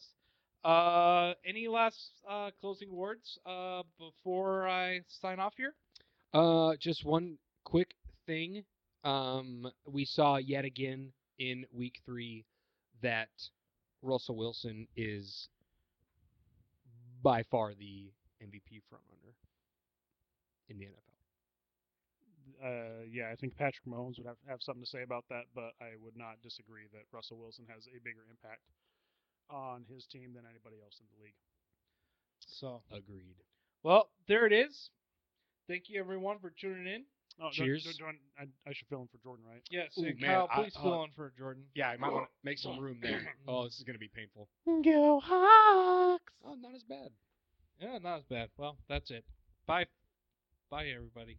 [SPEAKER 1] Uh, any last uh, closing words uh, before I sign off here?
[SPEAKER 2] Uh, just one quick thing. Um, we saw yet again in week three that Russell Wilson is by far the MVP frontrunner in the NFL.
[SPEAKER 3] uh, yeah, I think Patrick Mahomes would have, have something to say about that, but I would not disagree that Russell Wilson has a bigger impact on his team than anybody else in the league.
[SPEAKER 1] So,
[SPEAKER 2] Agreed.
[SPEAKER 1] well, there it is. Thank you, everyone, for tuning in.
[SPEAKER 3] Oh, don't-
[SPEAKER 2] Cheers.
[SPEAKER 3] don't- don't- I, I should fill in for Jordan, right?
[SPEAKER 1] Yes,
[SPEAKER 2] Ooh,
[SPEAKER 1] and
[SPEAKER 2] man,
[SPEAKER 1] Kyle,
[SPEAKER 2] I-
[SPEAKER 1] please fill
[SPEAKER 2] uh,
[SPEAKER 1] on for Jordan.
[SPEAKER 2] Yeah, I might want to make some room there. Oh, this is gonna be painful.
[SPEAKER 1] Go Hawks!
[SPEAKER 2] Oh, not as bad.
[SPEAKER 1] Yeah, not as bad. Well, that's it. Bye. Bye, everybody.